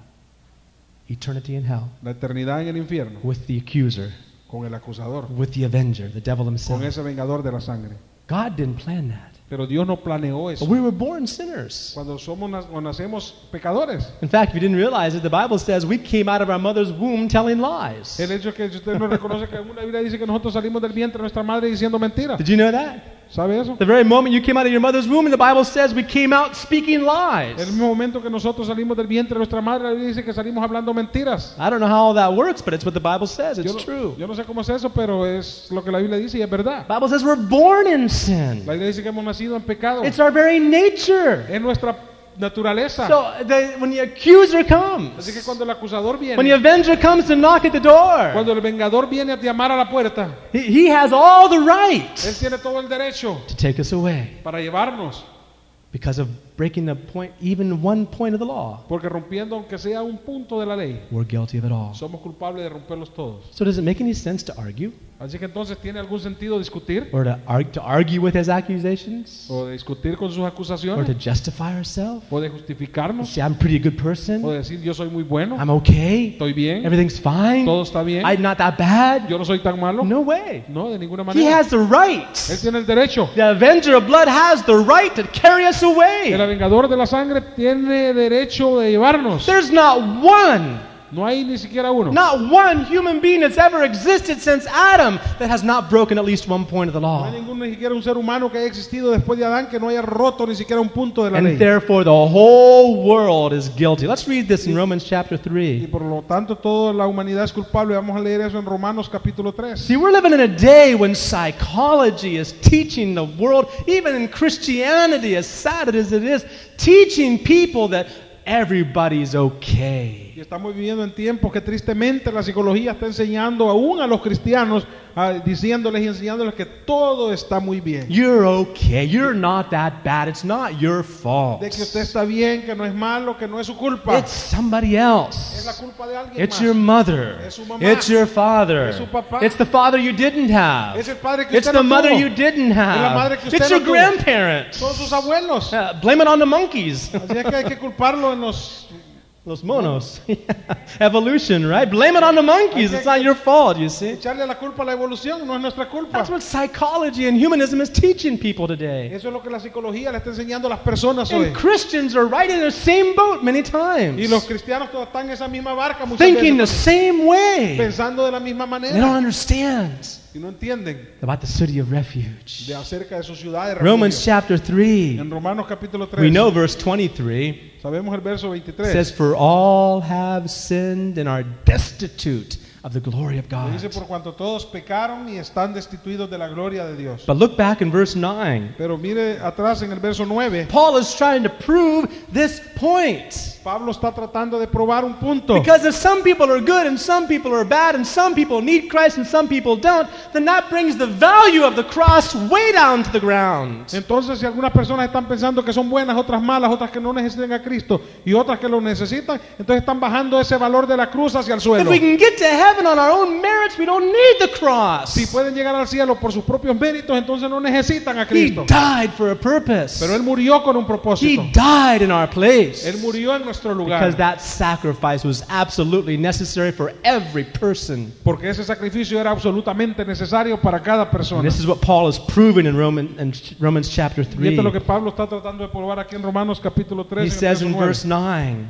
S2: Eternity in hell
S4: la eternidad en el infierno,
S2: with the accuser,
S4: con el acusador,
S2: with the avenger, the devil
S4: con
S2: himself.
S4: ese vengador de la sangre.
S2: God didn't plan that.
S4: Pero Dios no planeó eso.
S2: But we were born sinners.
S4: Cuando somos nas- o nacemos pecadores.
S2: In fact, if you didn't realize it, the Bible says we came out of our mother's womb telling lies.
S4: El hecho es que si usted no reconoce que alguna Biblia dice que nosotros salimos del vientre de nuestra madre diciendo mentiras.
S2: Did you know that?
S4: ¿Sabe eso?
S2: The very moment you came out of your mother's womb, and the Bible says we came out speaking
S4: El
S2: lies.
S4: mismo momento que nosotros salimos del vientre de nuestra madre, la Biblia dice que salimos hablando mentiras.
S2: I don't know how all that works, but it's what the Bible says.
S4: Yo
S2: It's
S4: no,
S2: true.
S4: yo no sé cómo es eso, pero es lo que la Biblia dice y es verdad.
S2: The Bible says we're born in
S4: La
S2: sin.
S4: Biblia dice que hemos nacido en pecado.
S2: It's our very nature.
S4: Es nuestra naturaleza.
S2: So the, when the accuser
S4: Así que
S2: comes,
S4: cuando el acusador
S2: when the
S4: viene,
S2: avenger comes to knock at the door,
S4: cuando el vengador viene a llamar a la puerta,
S2: he, he has all the right
S4: él tiene todo el derecho
S2: to take us away
S4: para llevarnos.
S2: because of breaking the point, even one point of the law.
S4: Porque rompiendo aunque sea un punto de la ley,
S2: We're guilty of it all.
S4: somos culpables de romperlos todos.
S2: So does it make any sense to argue
S4: Así que entonces tiene algún sentido discutir
S2: or to, arg- to argue with his accusations
S4: o de discutir con sus
S2: or to
S4: acusaciones
S2: justify ourselves?
S4: o de justificarnos
S2: Say I'm a pretty good
S4: o
S2: person.
S4: de decir yo soy muy bueno,
S2: I'm okay.
S4: estoy bien,
S2: Everything's fine.
S4: todo está bien,
S2: I'm not that bad.
S4: yo no soy tan malo.
S2: No way.
S4: No, de ninguna
S2: He
S4: manera.
S2: has the
S4: Él
S2: right.
S4: tiene el derecho.
S2: The avenger of blood has the right to carry us
S4: El
S2: away.
S4: vengador de la sangre tiene derecho de llevarnos.
S2: There's not one,
S4: No hay ni siquiera uno.
S2: not one human being that's ever existed since Adam that has not broken at least one point of the
S4: No hay
S2: law.
S4: ningún ni siquiera un ser humano que haya existido después de Adán que no haya roto ni siquiera un punto de la
S2: And
S4: ley.
S2: therefore, the whole world is guilty. Let's read this in Romans chapter
S4: Y
S2: 3.
S4: por lo tanto toda la humanidad es culpable. Vamos a leer eso en Romanos capítulo 3.
S2: See, we're living in a day when psychology is teaching the world, even in Christianity, as sad as it is, teaching people that everybody's okay.
S4: Y estamos viviendo en tiempos que tristemente la psicología está enseñando aún a los cristianos, a- diciéndoles y enseñándoles que todo está muy bien.
S2: You're okay. You're not that bad. It's not your fault.
S4: De que usted está bien, que no es malo, que no es su culpa.
S2: It's somebody
S4: Es la
S2: else.
S4: culpa de alguien
S2: It's
S4: más.
S2: your mother.
S4: Es su mamá.
S2: It's your father.
S4: Es su papá.
S2: It's the father you didn't have.
S4: Es el padre que
S2: It's
S4: usted
S2: the
S4: no
S2: mother
S4: tuvo.
S2: you didn't have.
S4: madre que usted
S2: It's
S4: no
S2: your
S4: tuvo.
S2: grandparents.
S4: Son sus abuelos.
S2: Uh, blame it on the monkeys.
S4: Así es que hay que culparlo en los...
S2: Los monos. Evolution, right? Blame it on the monkeys. It's not your fault, you see.
S4: Echarle la culpa a la evolución, no es nuestra culpa.
S2: That's what psychology and humanism is teaching people today.
S4: Eso es lo que la psicología le está enseñando a las personas hoy.
S2: And Christians are right in the same boat many times,
S4: Y los cristianos todos están en esa misma barca muchas
S2: thinking the
S4: veces,
S2: same way.
S4: pensando de la misma
S2: They don't
S4: manera.
S2: understand
S4: Y no entienden
S2: about the city of refuge.
S4: de acerca de su ciudad de
S2: Romans
S4: refugio.
S2: chapter 3,
S4: En Romanos capítulo
S2: we
S4: 3,
S2: know verse 23
S4: sabemos el verso 23.
S2: says, For all have sinned and are destitute of the glory of
S4: que
S2: God.
S4: dice, por cuanto todos pecaron y están destituidos de la gloria de Dios.
S2: But look back in verse 9.
S4: Pero mire atrás en el verso 9,
S2: Paul is trying to prove this point.
S4: Pablo está tratando de probar un punto.
S2: Because if some people are good and some people are bad and some people need Christ and some people don't, then that brings the value of the cross way down to the ground.
S4: Entonces, si algunas personas están pensando que son buenas, otras malas, otras que no necesitan a Cristo y otras que lo necesitan, entonces están bajando ese valor de la cruz hacia el
S2: If
S4: suelo.
S2: we can get to heaven on our own merits, we don't need the cross.
S4: Si pueden llegar al cielo por sus propios méritos, entonces no necesitan a
S2: He
S4: Cristo.
S2: died for a purpose.
S4: Pero Él murió con un propósito.
S2: He died in our place.
S4: Él murió en nuestro lugar.
S2: Because that sacrifice was absolutely necessary for every person.
S4: Porque ese sacrificio era absolutamente necesario para cada
S2: And
S4: persona.
S2: this is what Paul is proving in, Roman, in Romans chapter
S4: Y esto es lo
S2: 3.
S4: que Pablo está tratando de probar aquí en Romanos capítulo
S2: He
S4: 3. en el
S2: says
S4: verso
S2: in
S4: 9.
S2: verse 9,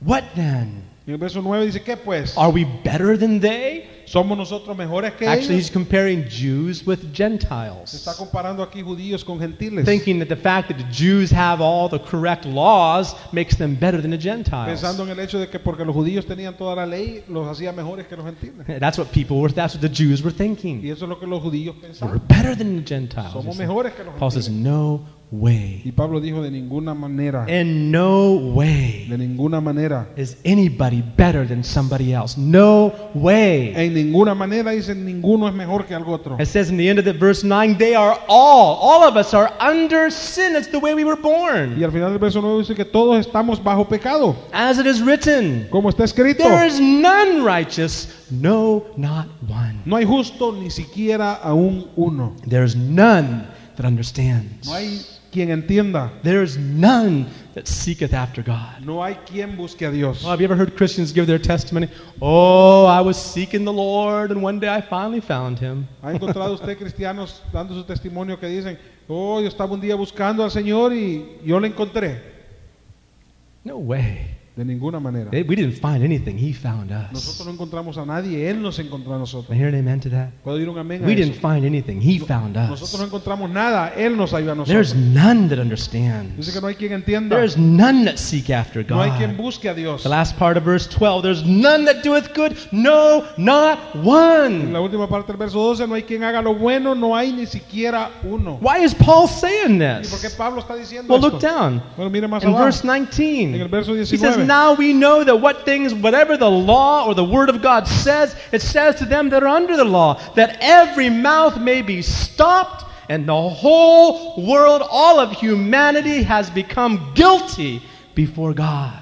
S2: What then?
S4: Y el verso 9 dice, ¿qué pues?
S2: Are we better than they?
S4: ¿Somos nosotros mejores que
S2: Actually, he's
S4: ellos?
S2: comparing Jews with
S4: Se está
S2: Gentiles,
S4: comparando aquí judíos con gentiles.
S2: thinking that the fact that the Jews have all the correct laws makes them better than the Gentiles.
S4: Pensando en el hecho de que porque los judíos tenían toda la ley, los hacía mejores que los gentiles.
S2: That's what people were, that's what the Jews were
S4: Y
S2: thinking.
S4: eso es lo que los judíos
S2: We're
S4: pensaban.
S2: better than the Gentiles. you
S4: Somos
S2: see.
S4: mejores que los
S2: Paul says,
S4: gentiles.
S2: No
S4: Y
S2: way.
S4: Pablo dijo, de ninguna manera,
S2: In no way
S4: de ninguna manera
S2: is anybody better than somebody else. No way.
S4: En ninguna manera dicen ninguno es mejor que algo otro.
S2: It says in the end of the verse 9, they are all, all of us are under sin. It's the way we were
S4: Y
S2: born.
S4: al final del verso 9 dice que todos estamos bajo pecado,
S2: As it is written,
S4: como está escrito.
S2: there is none righteous, no, not one.
S4: No hay justo ni siquiera aún uno.
S2: There is none that
S4: No
S2: understands.
S4: hay quien entienda.
S2: There is none that seeketh after God.
S4: No hay quien busque a Dios.
S2: Oh, have you ever heard Christians give their testimony? Oh, I was seeking the Lord, and one day I finally found him.
S4: ¿Ha encontrado usted cristianos dando su testimonio que dicen, oh, yo estaba un día buscando al Señor y yo le encontré?
S2: No way.
S4: De ninguna manera.
S2: They- We didn't find anything. He found us.
S4: Nosotros no encontramos a nadie, Él nos encontró a
S2: Can I
S4: nosotros.
S2: hear an amen to that?
S4: ¿Puedo ir un amén a
S2: We didn't
S4: eso?
S2: find anything. He found us.
S4: Nosotros no encontramos nada, Él nos ayudó a
S2: There's
S4: nosotros.
S2: none that
S4: Dice
S2: understands.
S4: que no hay quien entienda.
S2: There's none that seek after
S4: No hay quien
S2: God.
S4: busque a Dios.
S2: The last part of verse 12 there's none that doeth good, no, not
S4: En
S2: one.
S4: la última parte del verso 12, no hay quien haga lo bueno, no hay ni siquiera uno.
S2: Why is Paul saying
S4: ¿Y por qué
S2: this?
S4: Pablo está diciendo
S2: Well, look
S4: esto?
S2: down.
S4: Bueno, mire más
S2: In verse
S4: abajo. En el
S2: 19,
S4: verso
S2: he says,
S4: 19.
S2: Now we know that what things, whatever the law or the word of God says, it says to them that are under the law, that every mouth may be stopped, and the whole world, all of humanity, has become guilty before God.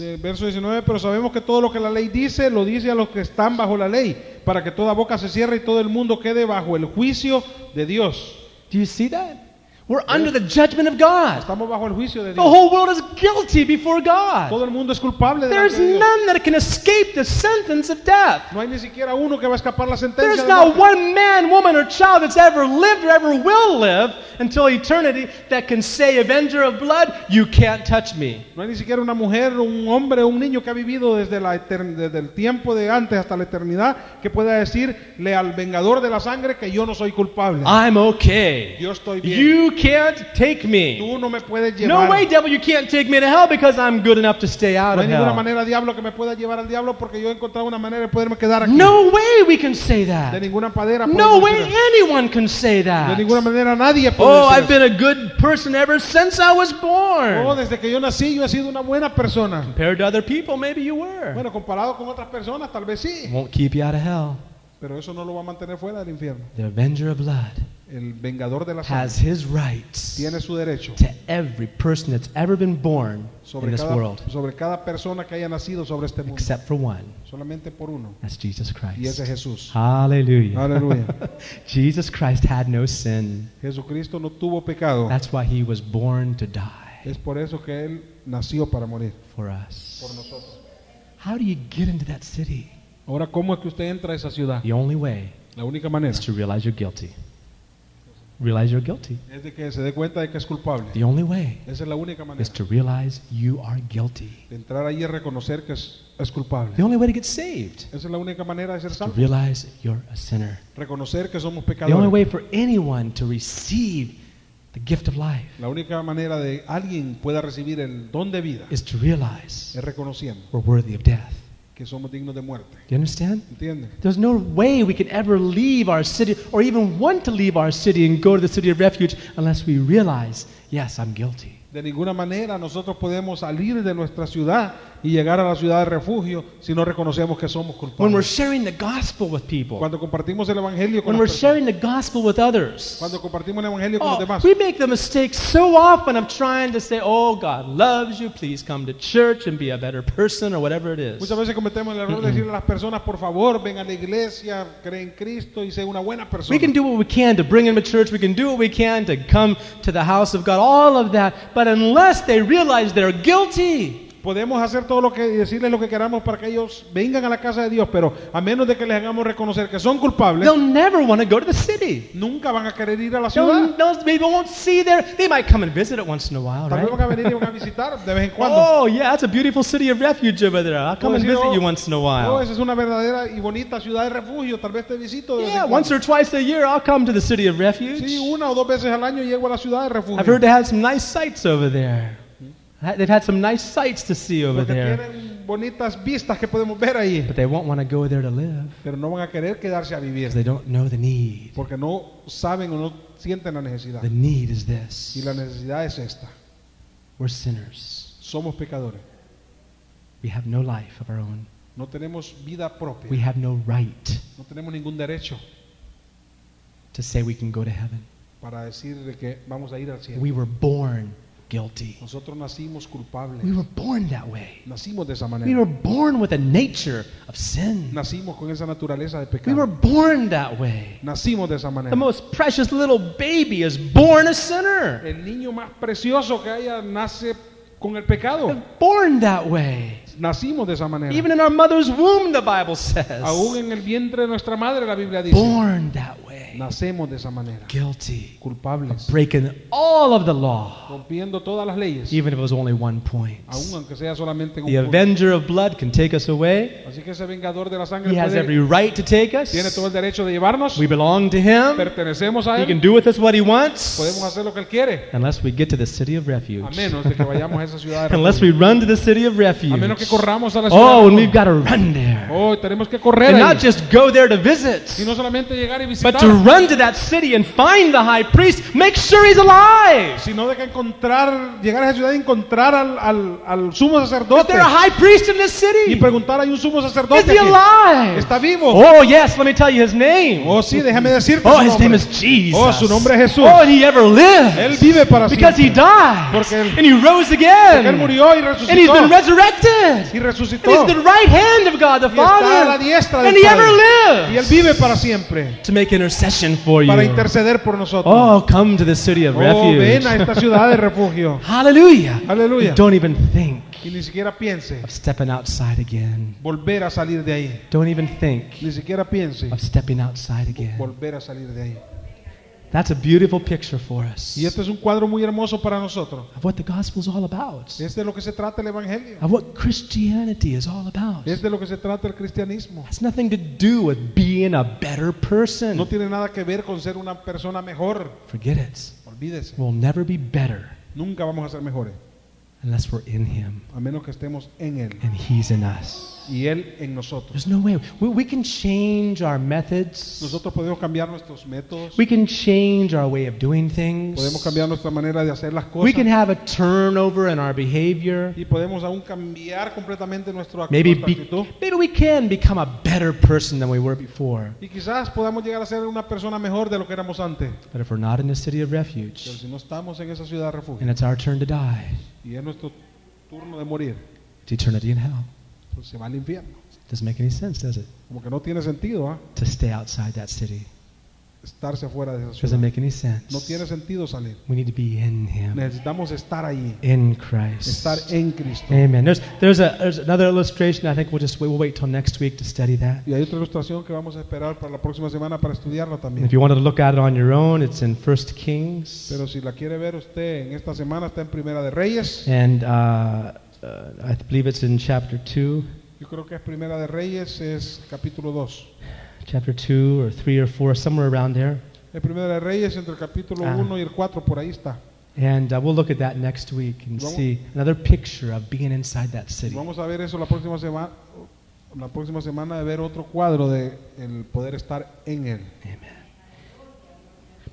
S4: El verso 19, pero sabemos que todo lo que la ley dice, lo dice a los que están bajo la ley, para que toda boca se cierre y todo el mundo quede bajo el juicio de Dios.
S2: Do you see that? We're under the judgment of God.
S4: Estamos bajo el juicio de
S2: The
S4: Dios.
S2: whole world is guilty before God.
S4: Todo el mundo es culpable de
S2: There's
S4: Dios.
S2: none that can escape the sentence of death.
S4: No hay ni siquiera uno que va a escapar la sentencia.
S2: There's
S4: de
S2: not
S4: muerte.
S2: one man, woman, or child that's ever lived or ever will live until eternity that can say, Avenger of blood, you can't touch me.
S4: No hay ni siquiera una mujer, un hombre, un niño que ha vivido desde, la etern- desde el tiempo de antes hasta la eternidad que pueda
S2: Ah.
S4: decirle al vengador de la sangre que yo no soy culpable.
S2: I'm okay.
S4: Yo estoy bien.
S2: You can't take me.
S4: Tú no me puedes llevar.
S2: No way, devil, you can't take me to hell because I'm good enough to stay out
S4: No hay
S2: of
S4: ninguna
S2: hell.
S4: manera, diablo, que me pueda llevar al diablo porque yo he encontrado una manera de poderme quedar aquí.
S2: No way we can say
S4: De
S2: that.
S4: ninguna manera.
S2: No
S4: podemos
S2: way
S4: decir eso.
S2: anyone can say
S4: De
S2: that.
S4: ninguna manera nadie puede
S2: Oh,
S4: decir
S2: I've
S4: eso.
S2: been a good person ever since I was
S4: Oh,
S2: born.
S4: desde que yo nací yo he sido una buena persona.
S2: Compared to other people, maybe you were.
S4: Bueno, comparado con otras personas, tal vez sí.
S2: Won't keep you out of hell.
S4: Pero eso no lo va a mantener fuera del infierno.
S2: The avenger of blood
S4: El vengador de la sangre
S2: has his rights
S4: tiene su derecho
S2: to every person that's ever been born in
S4: sobre
S2: this
S4: cada,
S2: world,
S4: sobre cada persona que haya nacido sobre este mundo.
S2: except for one.
S4: Solamente por uno.
S2: That's Jesus
S4: Y ese
S2: Christ.
S4: es Jesús.
S2: Hallelujah.
S4: Aleluya.
S2: Jesus Christ had no sin.
S4: Jesucristo no tuvo pecado.
S2: That's why he was born to die
S4: Es por eso que Él nació para morir
S2: for
S4: por
S2: us.
S4: nosotros.
S2: How do you get into that city?
S4: Ahora, ¿cómo es que usted entra a esa ciudad?
S2: The only way
S4: La única manera
S2: is to realize you're guilty. Realize you're guilty.
S4: es de que se dé cuenta de que es culpable.
S2: The only way
S4: Esa es la única
S2: is
S4: manera.
S2: to realize you are guilty.
S4: De entrar ahí y reconocer que es, es culpable.
S2: The only way to get saved
S4: Esa es la única manera de ser
S2: is to
S4: salvo.
S2: realize you're a sinner.
S4: Reconocer que somos
S2: The only
S4: pecadores.
S2: way for anyone to receive the gift of life
S4: La única manera de alguien pueda recibir el don de vida
S2: is to realize
S4: es reconociendo
S2: we're worthy of death.
S4: que somos dignos de muerte.
S2: Do you understand?
S4: ¿Entienden?
S2: There's no way we can ever leave our city or even want to leave our city and go to the city of refuge unless we realize, yes, I'm guilty.
S4: De ninguna manera nosotros podemos salir de nuestra ciudad y llegar a la ciudad de refugio si no reconocemos que somos
S2: When we're
S4: culpables.
S2: sharing the gospel with people,
S4: Cuando compartimos el evangelio con
S2: when
S4: las
S2: we're
S4: personas,
S2: sharing the gospel with others,
S4: cuando compartimos el evangelio con los
S2: Oh,
S4: demás,
S2: we make the mistake so often of trying to say, oh, God loves you, please come to church and be a better person or whatever it is.
S4: muchas veces cometemos el error de decirle a las personas, por favor, ven a la iglesia, cree en Cristo y sé una buena persona.
S2: We can do what we can to bring them to church. We can do what we can to come to the house of God, all of that. But unless they realize they're guilty,
S4: Podemos hacer todo lo que y decirles lo que queramos para que ellos vengan a la casa de Dios, pero a menos de que les hagamos reconocer que son culpables,
S2: they'll never want to go to the city.
S4: nunca van a querer ir a la
S2: They'll,
S4: ciudad.
S2: they'll, they won't see there. They might come and visit it once in a while,
S4: Tal vez van a
S2: right?
S4: venir y van a visitar de vez en cuando.
S2: Oh, yeah, that's a beautiful city of refuge over there. I'll come and
S4: Decir,
S2: visit
S4: "Oh,
S2: you once in a
S4: oh,
S2: while.
S4: esa es una verdadera y bonita ciudad de refugio. Tal vez te visito. De vez en
S2: Yeah, once
S4: cuando.
S2: or twice a year, I'll come to the city of
S4: Sí,
S2: refuge.
S4: una o dos veces al año llego a la ciudad de refugio.
S2: I've heard they had some nice sights over there. They've had some nice sights to see over
S4: porque
S2: there.
S4: tienen bonitas vistas que podemos ver ahí.
S2: But they won't want to go there to live
S4: Pero no van a querer quedarse a vivir
S2: because they don't know the need.
S4: porque no saben o no sienten la necesidad.
S2: The need is
S4: Y
S2: this
S4: la necesidad es esta.
S2: we're sinners.
S4: Somos pecadores.
S2: We have no life of our own,
S4: No tenemos vida propia.
S2: we have no right
S4: No tenemos ningún derecho
S2: to say we can go to heaven.
S4: para decir de que vamos a ir al cielo.
S2: We were born guilty.
S4: Nosotros nacimos
S2: We
S4: culpables.
S2: were born that way.
S4: Nacimos de esa
S2: We were
S4: manera.
S2: born with a nature of sin.
S4: Nacimos con esa naturaleza de
S2: We were
S4: pecado.
S2: born that way.
S4: Nacimos de esa manera.
S2: The most precious little baby is born a sinner.
S4: El niño más precioso que haya nace con el pecado.
S2: Born that way.
S4: Nacimos de esa manera.
S2: Even in our mother's womb, the Bible says.
S4: Aún en el vientre de nuestra madre, la Biblia dice,
S2: Born that way.
S4: nacemos de esa manera.
S2: Guilty.
S4: Culpables,
S2: Breaking all of the law.
S4: rompiendo todas las leyes,
S2: even if it was only one point.
S4: aún aunque sea solamente en
S2: The
S4: un punto.
S2: avenger of blood can take us away.
S4: Así que ese vengador de la sangre
S2: He has
S4: puede-
S2: every right to take us.
S4: tiene todo el derecho de llevarnos.
S2: We belong to him.
S4: Pertenecemos a
S2: He can
S4: él.
S2: do with us what he
S4: Podemos
S2: wants.
S4: hacer lo que él quiere,
S2: Unless we get to the city of
S4: a
S2: refuge.
S4: menos de que vayamos a esa ciudad. de
S2: Unless we run to the city of refuge.
S4: refugio. a menos que corramos a la ciudad.
S2: Oh,
S4: de
S2: and we've
S4: refugio.
S2: got to run there.
S4: Oh, tenemos que correr
S2: And
S4: ahí.
S2: not just go there to
S4: y no
S2: visit,
S4: solamente llegar y visitar,
S2: but to run to that city and find the high priest. Make sure he's alive.
S4: sino de que encontrar, llegar a esa ciudad y encontrar al, al, al sumo
S2: Is
S4: sacerdote
S2: there a high priest in this
S4: y
S2: city?
S4: preguntar, ¿hay un sumo
S2: Is
S4: sacerdote
S2: he
S4: aquí?
S2: alive?
S4: ¿Está vivo?
S2: Oh, yes, let me tell you his name.
S4: Oh, sí, déjame decirte
S2: Oh,
S4: su
S2: his
S4: nombre.
S2: name is Jesus.
S4: Oh, su nombre es Jesús.
S2: Oh, and he ever lived.
S4: Él vive para
S2: Because he
S4: siempre.
S2: died.
S4: Porque él-
S2: and he rose
S4: Porque él
S2: again.
S4: murió y
S2: and he's
S4: resucitó.
S2: been resurrected.
S4: y
S2: And he's
S4: resucitó.
S2: the right hand of God the
S4: Y está a
S2: Father.
S4: la diestra del
S2: and he
S4: Padre.
S2: ever
S4: Y él
S2: lives.
S4: vive para siempre.
S2: To make intercession for you.
S4: Para interceder por nosotros.
S2: Oh, come to the city of
S4: Oh,
S2: refuge.
S4: ven a esta ciudad de refugio.
S2: Hallelujah.
S4: Aleluya.
S2: You Don't even think
S4: Y ni siquiera piense
S2: of stepping outside again.
S4: volver a salir de ahí.
S2: Don't even think
S4: Ni siquiera piense
S2: of stepping outside again.
S4: volver a salir de ahí.
S2: That's a beautiful picture for us
S4: Y este es un cuadro muy hermoso para nosotros.
S2: of what the gospel's all about.
S4: Es de lo que se trata el Evangelio.
S2: of what Christianity is all about.
S4: Es
S2: It
S4: de lo que se trata el cristianismo.
S2: has nothing to do with being a better
S4: No
S2: person.
S4: tiene nada que ver con ser una persona mejor.
S2: Forget it.
S4: Olvídese.
S2: We'll never be better
S4: Nunca vamos a ser mejores,
S2: unless we're in Him
S4: a menos que estemos en Él
S2: and He's in us.
S4: y Él en nosotros.
S2: There's no way. We, we can change our methods.
S4: Nosotros podemos cambiar nuestros métodos,
S2: We can change our way of doing things.
S4: podemos cambiar nuestra manera de hacer las
S2: We can
S4: cosas
S2: have a turnover in our behavior.
S4: y podemos aún cambiar completamente nuestro act-
S2: Maybe,
S4: nuestra
S2: be,
S4: actitud.
S2: maybe we can become a better person than we were before.
S4: Y quizás podamos llegar a ser una persona mejor de lo que éramos antes.
S2: But if we're not in the city of
S4: Pero
S2: refuge,
S4: si no estamos en esa ciudad de refugio
S2: and it's our turn to die,
S4: y es nuestro turno de morir,
S2: it's eternity in hell.
S4: pues se va al infierno.
S2: Doesn't make any sense, does it?
S4: Como que no tiene sentido ¿ah?
S2: To stay outside that city.
S4: estarse afuera de esa ciudad.
S2: Doesn't make any
S4: No tiene
S2: sense.
S4: sentido salir.
S2: We need to be in Him,
S4: Necesitamos estar allí,
S2: in Christ.
S4: estar en Cristo.
S2: Amen. There's, there's, a, there's another illustration. I think we'll just we'll wait till next week to study that.
S4: Y hay otra ilustración que vamos a esperar para la próxima semana para estudiarla
S2: And
S4: también.
S2: if you wanted to look at it on your own, it's in First Kings.
S4: Pero si la quiere ver usted en esta semana, está en Primera de Reyes.
S2: And uh, uh, I believe it's in chapter 2,
S4: Yo creo que es Primera de Reyes, es capítulo 2.
S2: chapter 2 or 3 or 4, somewhere around there.
S4: Es Primera de Reyes entre el capítulo
S2: Ah.
S4: 1 y el 4, por ahí está.
S2: And uh, we'll look at that next week and
S4: Vamos-
S2: see another picture of being inside that city.
S4: Vamos a ver eso la próxima semana. La próxima semana de ver otro cuadro de el poder estar en él.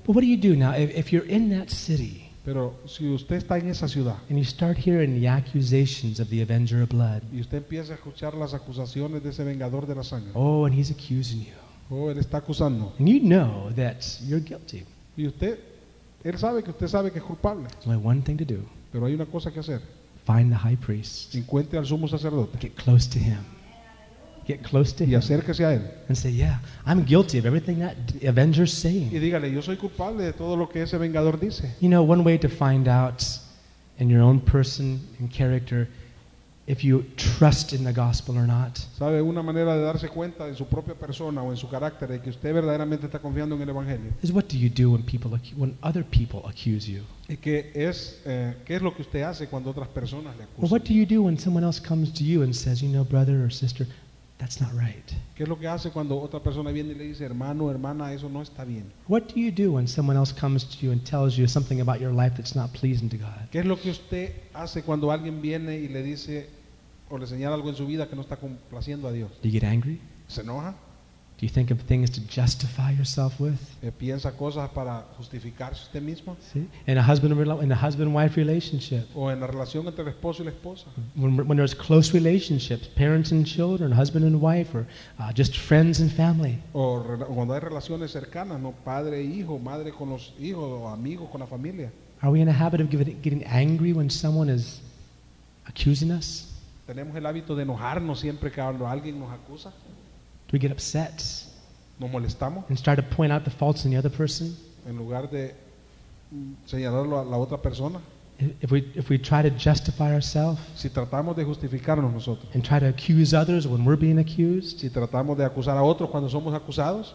S2: But what do you do now if, if you're in that city
S4: Pero si usted está en esa ciudad
S2: and you start hearing the accusations of the Avenger of Blood?
S4: y usted empieza a escuchar las acusaciones de ese vengador de la sangre,
S2: Oh, and he's accusing you.
S4: oh, él está acusando
S2: And you know that you're guilty.
S4: y usted, él sabe que usted sabe que es culpable,
S2: There's only one thing to do
S4: pero hay una cosa que hacer:
S2: find the high priest,
S4: encuentre al sumo sacerdote
S2: get close to him. Get close to
S4: y
S2: him
S4: acérquese a él
S2: and say, Yeah, I'm guilty of everything that d- Avenger's saying.
S4: y dígale, yo soy culpable de todo lo que ese vengador dice.
S2: You know, one way to find out in your own person and character if you trust in the gospel or not
S4: Sabe una manera de darse cuenta en su propia persona o en su carácter de que usted verdaderamente está confiando en el evangelio.
S2: is what do you do when people acu- when other people accuse you?
S4: Es que es, eh, ¿qué es lo que usted hace cuando otras personas le
S2: Or
S4: acusan?
S2: what do you do when someone else comes to you and says, "You know, brother or sister, that's not right."
S4: ¿Qué es lo que hace cuando otra persona viene y le dice, hermano, hermana, eso no está bien?
S2: What do you do when someone else comes to you and tells you something about your life that's not pleasing to God?
S4: ¿Qué es lo que usted hace cuando alguien viene y le dice o le señala algo en su vida que no está complaciendo a Dios?
S2: Do you get angry?
S4: ¿Se enoja?
S2: Do you think of things to justify yourself with?
S4: Eh, ¿Piensa cosas para justificarse usted mismo?
S2: See? In a husband rela- in a husband-wife relationship,
S4: ¿O en la relación entre el esposo y la esposa?
S2: when, when there's close relationships, parents and children, husband and wife, or uh, just friends and family.
S4: ¿O rela- o cuando hay relaciones cercanas, no padre e hijo, madre con los hijos o amigos con la familia?
S2: Are we in a habit of giving, getting angry when someone is accusing us?
S4: ¿Tenemos el hábito de enojarnos siempre que cuando alguien nos acusa?
S2: Do we get upset
S4: ¿Nos molestamos?
S2: and start to point out the faults in the other person?
S4: en lugar de mm, señalarlo a la otra persona.
S2: If- If we, if we try to justify ourselves
S4: Si tratamos de justificarnos nosotros,
S2: and try to accuse others when we're being accused,
S4: si tratamos de acusar a otros cuando somos acusados,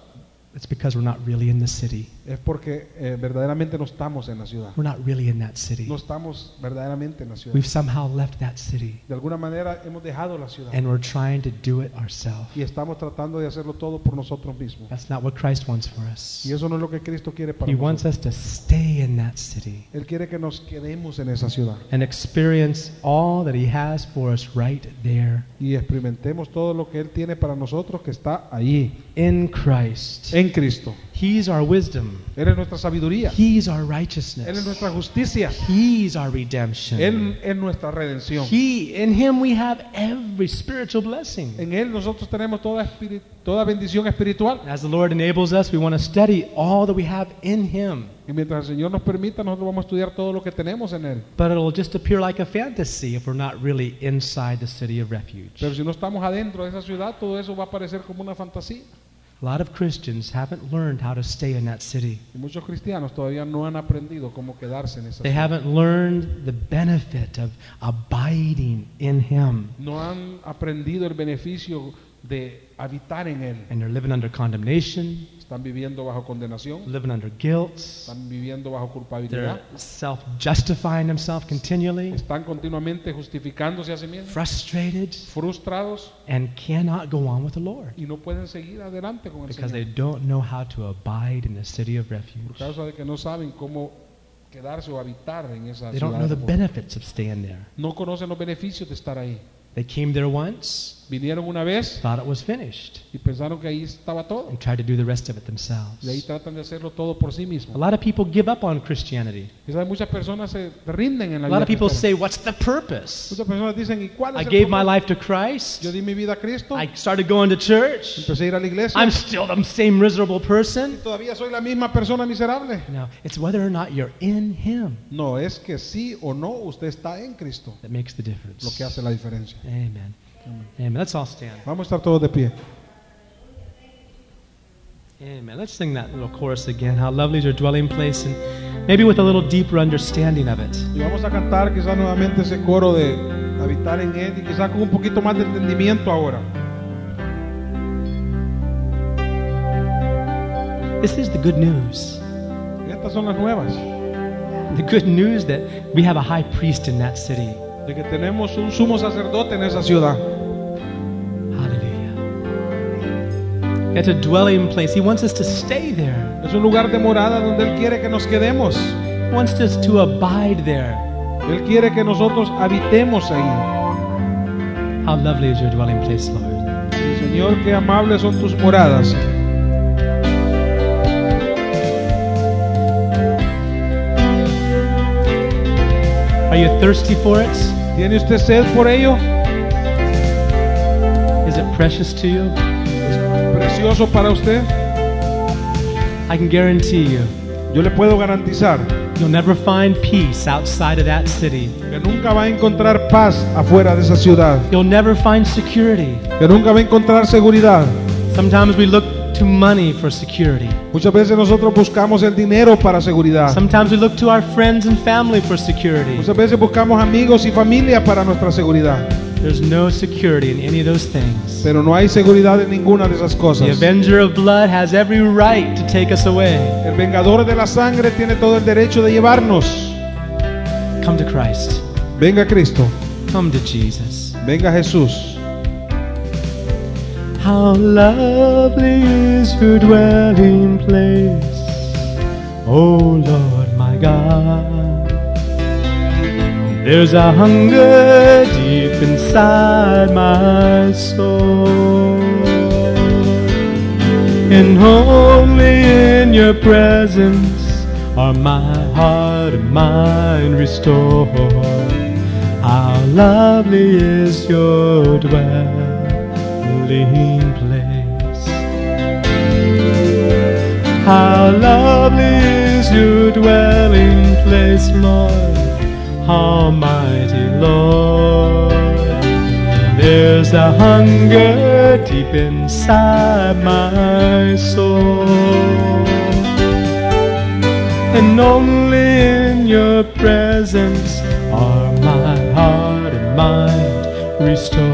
S2: it's because we're not really in the city.
S4: es porque eh, verdaderamente no estamos en la ciudad.
S2: We're not really in that city.
S4: No estamos verdaderamente en la ciudad.
S2: We've somehow left that city
S4: De alguna manera hemos dejado la ciudad
S2: and we're trying to do it ourselves.
S4: y estamos tratando de hacerlo todo por nosotros mismos.
S2: That's not what Christ wants for us.
S4: Y eso no es lo que Cristo quiere para
S2: He wants
S4: nosotros.
S2: us to stay in that city
S4: Él quiere que nos quedemos en esa ciudad
S2: and experience all that He has for us right there
S4: y experimentemos todo lo que Él tiene para nosotros que está allí,
S2: in Christ.
S4: en Cristo.
S2: He's our wisdom,
S4: Él es nuestra sabiduría,
S2: He's our
S4: Él es
S2: righteousness,
S4: nuestra justicia.
S2: He's our redemption.
S4: Él es nuestra redención.
S2: He, in Him, we have every spiritual blessing.
S4: En Él nosotros tenemos toda, espiri- toda bendición espiritual.
S2: As the Lord enables us, we want to study all that we have in Him.
S4: Y mientras el Señor nos permita, nosotros vamos a estudiar todo lo que tenemos en Él.
S2: But it'll just appear like a fantasy if we're not really inside the city of
S4: Pero
S2: refuge.
S4: si no estamos adentro de esa ciudad, todo eso va a parecer como una fantasía.
S2: A lot of Christians haven't learned how to stay in that city.
S4: Y muchos cristianos todavía no han aprendido cómo quedarse en esa
S2: They
S4: ciudad.
S2: haven't learned the benefit of abiding in Him.
S4: No han aprendido el beneficio de habitar en Él.
S2: And they're living under condemnation,
S4: Están viviendo bajo condenación,
S2: living under guilt.
S4: están viviendo bajo
S2: They're
S4: culpabilidad,
S2: self justifying themselves continually,
S4: están continuamente justificándose a sí mismos,
S2: frustrated,
S4: frustrados
S2: and cannot go on with the Lord
S4: y no pueden seguir adelante con el
S2: because they
S4: Señor.
S2: don't know how to abide in the city of refuge.
S4: por causa de que no saben cómo quedarse o habitar en esa
S2: They don't know the
S4: ciudad.
S2: benefits of staying there.
S4: No conocen los beneficios de estar ahí.
S2: They came there once,
S4: Vinieron una vez
S2: thought it was finished,
S4: y pensaron que ahí estaba todo.
S2: and tried to do the rest of it
S4: Y ahí
S2: themselves.
S4: tratan de hacerlo todo por sí
S2: A
S4: mismos.
S2: lot of people give up on Christianity.
S4: Y saben, muchas personas se rinden en la
S2: A lot
S4: vida.
S2: of people
S4: cristiana.
S2: say, What's the purpose?
S4: Muchas personas dicen, ¿y cuál es
S2: I
S4: el
S2: gave my
S4: problema?
S2: life to Christ.
S4: Yo di mi vida a Cristo,
S2: I started going to church.
S4: empecé a ir a la iglesia,
S2: I'm still the same miserable person.
S4: todavía soy la misma persona miserable.
S2: No, it's whether or not you're in Him
S4: No, es que sí o no usted está en Cristo
S2: that makes the
S4: lo
S2: difference.
S4: que hace la diferencia.
S2: Amen. Amen. Let's all stand.
S4: Vamos a estar todos de pie.
S2: Amen. Let's sing that little chorus again. How lovely is your dwelling place, and maybe with a little deeper understanding of it.
S4: Y vamos a cantar quizás nuevamente ese coro de habitar en Él y quizás con un poquito más de entendimiento ahora.
S2: This is the good news.
S4: Estas son las nuevas,
S2: The good news that we have a high priest in that city.
S4: de que tenemos un sumo sacerdote en esa ciudad.
S2: Hallelujah. It's a dwelling place. He wants us to stay there.
S4: Es un lugar de morada donde Él quiere que nos quedemos.
S2: He wants us to abide there.
S4: Él quiere que nosotros habitemos ahí.
S2: How lovely is your dwelling place, Lord.
S4: Sí, Señor, qué amables son tus moradas.
S2: Are you thirsty for it?
S4: ¿Tiene usted sed por ello?
S2: Is it precious to you?
S4: Precioso para usted.
S2: I can guarantee you,
S4: Yo le puedo garantizar
S2: you'll never find peace outside of that city.
S4: que nunca va a encontrar paz afuera de esa ciudad,
S2: You'll never find security.
S4: que nunca va a encontrar seguridad.
S2: Sometimes we look to money for security.
S4: Muchas veces nosotros buscamos el dinero para seguridad.
S2: Sometimes we look to our friends and family for security.
S4: Muchas veces buscamos amigos y familia para nuestra seguridad,
S2: There's no security in any of those things.
S4: pero no hay seguridad en ninguna de esas
S2: The
S4: cosas.
S2: Avenger of Blood has every right to take us away.
S4: El vengador de la sangre tiene todo el derecho de llevarnos.
S2: Come to Christ.
S4: Venga Cristo,
S2: Come to Jesus.
S4: venga Jesús.
S2: How lovely is your dwelling place, O Lord my God. There's a hunger deep inside my soul, and only in your presence are my heart and mind restored. How lovely is your dwelling place. How lovely is your dwelling place, Lord, Almighty Lord. There's a hunger deep inside my soul and only in your presence are my heart and mind restored.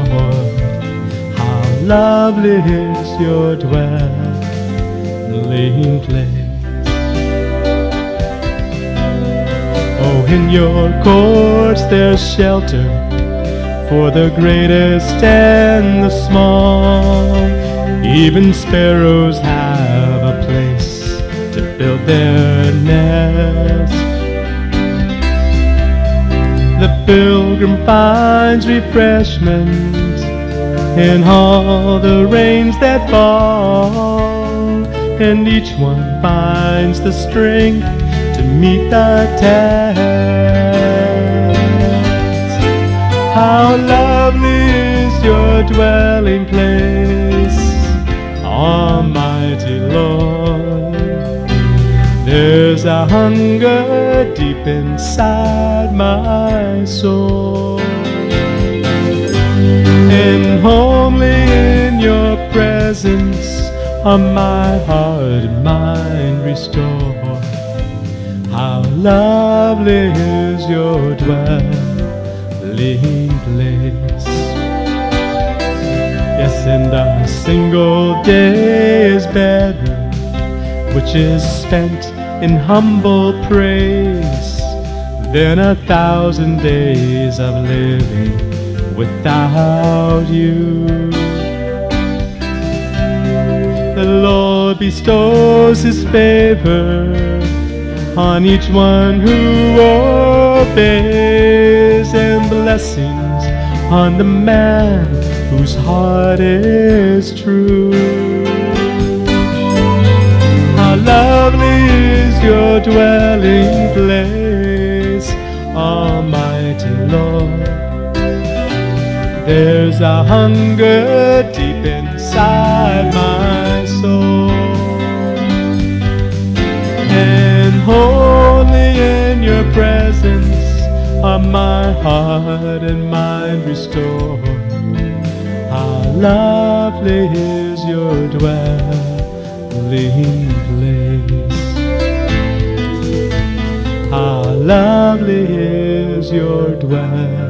S2: How lovely is your dwelling place! Oh, in your courts there's shelter for the greatest and the small. Even sparrows have a place to build their nest. The pilgrim finds refreshment in all the rains that fall, and each one finds the strength to meet the test. How lovely is your dwelling place, Almighty Lord. There's a hunger deep inside my soul, and only in your presence are my heart and mind restored. How lovely is your dwelling place. Yes, and a single day is better, which is spent in humble praise, than a thousand days of living without you. The Lord bestows His favor
S3: on each one who obeys, and blessings on the man whose heart is true. How lovely is your dwelling place, Almighty Lord. There's a hunger deep inside my soul. And wholly in your presence are my heart and mind restored. How lovely is your dwelling place. How lovely is your dwelling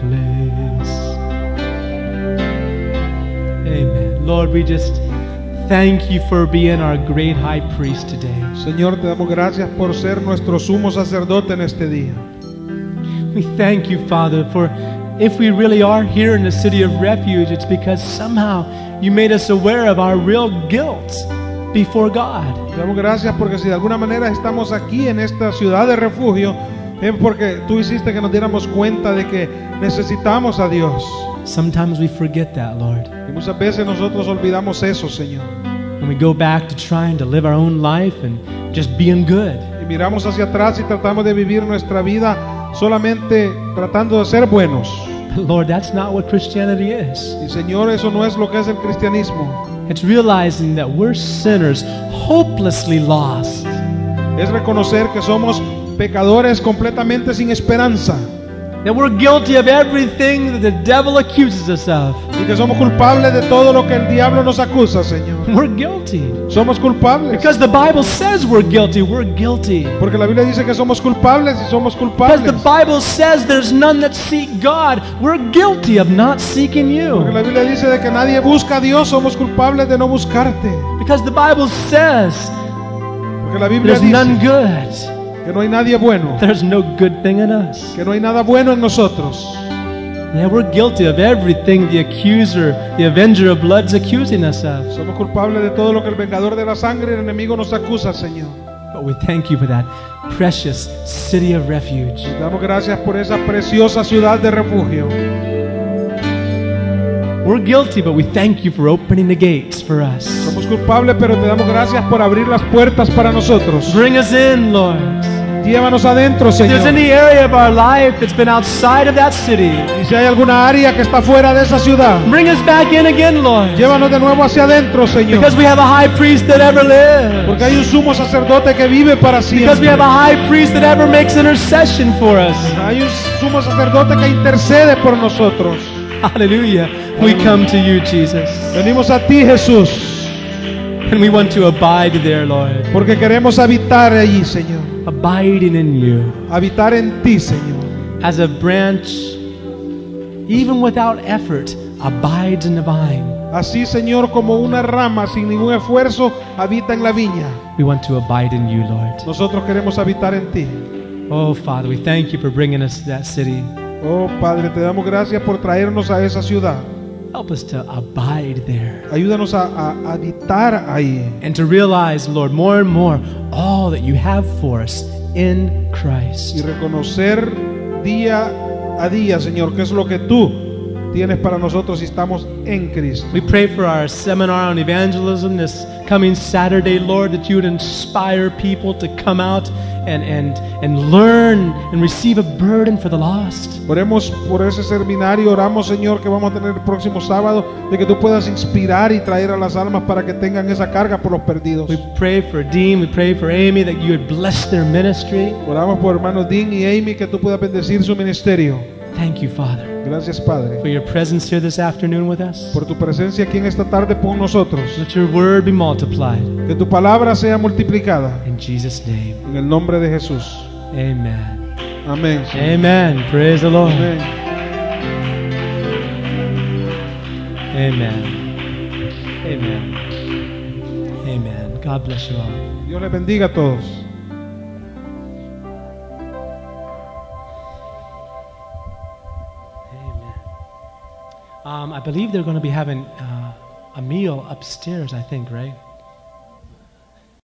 S3: place.
S2: Amen. Lord, we just thank you for being our great high priest today.
S4: Señor, te damos gracias por ser nuestro sumo sacerdote en este día.
S2: We thank you, Father, for if we really are here in the city of refuge, it's because somehow you made us aware of our real guilt before God.
S4: Te damos gracias porque si de alguna manera estamos aquí en esta ciudad de refugio, es porque tú hiciste que nos diéramos cuenta de que necesitamos a Dios.
S2: Sometimes we forget that, Lord,
S4: Y muchas veces nosotros olvidamos eso, Señor.
S2: and we go back to trying to live our own life and just being good.
S4: Y miramos hacia atrás y tratamos de vivir nuestra vida solamente tratando de ser buenos.
S2: But Lord, that's not what Christianity is.
S4: Y Señor, eso no es lo que es el cristianismo.
S2: It's realizing that we're sinners, hopelessly lost,
S4: Es reconocer que somos pecadores completamente sin esperanza
S2: that we're guilty of everything that the devil accuses us of.
S4: y que somos culpables de todo lo que el diablo nos acusa, Señor.
S2: We're guilty.
S4: Somos culpables.
S2: Because the Bible says we're guilty, we're guilty.
S4: Porque la Biblia dice que somos culpables y somos
S2: Because the
S4: culpables.
S2: Bible says there's none that seek God, we're guilty of not seeking
S4: Porque
S2: you.
S4: la Biblia dice de que nadie busca a Dios, somos culpables de no buscarte.
S2: Because the Bible says
S4: Porque la Biblia
S2: there's
S4: dice
S2: none good,
S4: que no hay nadie bueno,
S2: there's no good thing in us.
S4: que no hay nada bueno en nosotros.
S2: Yeah, we're guilty of everything the accuser, the avenger of blood's accusing us of.
S4: Somos culpables de todo lo que el vengador de la sangre, el enemigo, nos acusa, Señor.
S2: But we thank you for that precious city of refuge.
S4: Te damos gracias por esa preciosa ciudad de refugio.
S2: We're guilty, but we thank you for opening the gates for us.
S4: Somos culpables, pero te damos gracias por abrir las puertas para nosotros.
S2: Bring us in, Lord.
S4: Llévanos adentro,
S2: If there's
S4: Señor.
S2: any area of our life that's been outside of that city,
S4: Y si hay alguna área que está fuera de esa ciudad,
S2: bring us back in again, Lord.
S4: llévanos de nuevo hacia adentro, Señor.
S2: Because we have a high priest that ever lives.
S4: Porque hay un sumo sacerdote que vive para
S2: Because we
S4: siempre.
S2: have a high priest that ever makes intercession for us.
S4: Hay un sumo sacerdote que intercede por nosotros.
S2: Hallelujah. We come to you, Jesus.
S4: Venimos a ti, Jesús,
S2: And we want to abide there, Lord.
S4: porque queremos habitar allí, Señor.
S2: Abiding in you
S4: Habitar en ti, Señor.
S2: as a branch, even without effort, abides in the vine.
S4: Así, Señor, como una rama sin ningún esfuerzo habita en la viña.
S2: We want to abide in you, Lord.
S4: Nosotros queremos habitar en ti.
S2: Oh, Father, we thank you for bringing us to that city.
S4: Oh Padre, te damos gracias por traernos a esa ciudad.
S2: Help us to abide there.
S4: Ayúdanos a, a habitar ahí
S2: and to realize, Lord, more and more all that you have for us in
S4: y
S2: Christ.
S4: reconocer día a día, Señor, qué es lo que tú tienes para nosotros si estamos en Cristo.
S2: We pray for our seminar on evangelism this coming Saturday, Lord, that you would inspire people to come out and, and, and learn and receive a burden for the lost.
S4: Oremos por ese seminario, oramos Señor que vamos a tener el próximo sábado, de que tú puedas inspirar y traer a las almas para que tengan esa carga por los perdidos.
S2: We pray for Dean, we pray for Amy that you would bless their ministry.
S4: Oramos por hermanos Dean y Amy que tú puedas bendecir su ministerio.
S2: Thank you, Father,
S4: Gracias Padre
S2: for your presence here this afternoon with us.
S4: por tu presencia aquí en esta tarde con nosotros.
S2: Let your word be multiplied.
S4: Que tu palabra sea multiplicada
S2: In Jesus' name,
S4: en el nombre de Jesús.
S2: amen.
S4: Amén. Señor.
S2: Amen. Praise the Lord.
S4: Amén.
S2: Amen. Amen. Amen. God bless you all.
S4: Dios les bendiga a todos.
S2: Amen. Um, I believe they're going to be having uh, a meal upstairs, I think, right?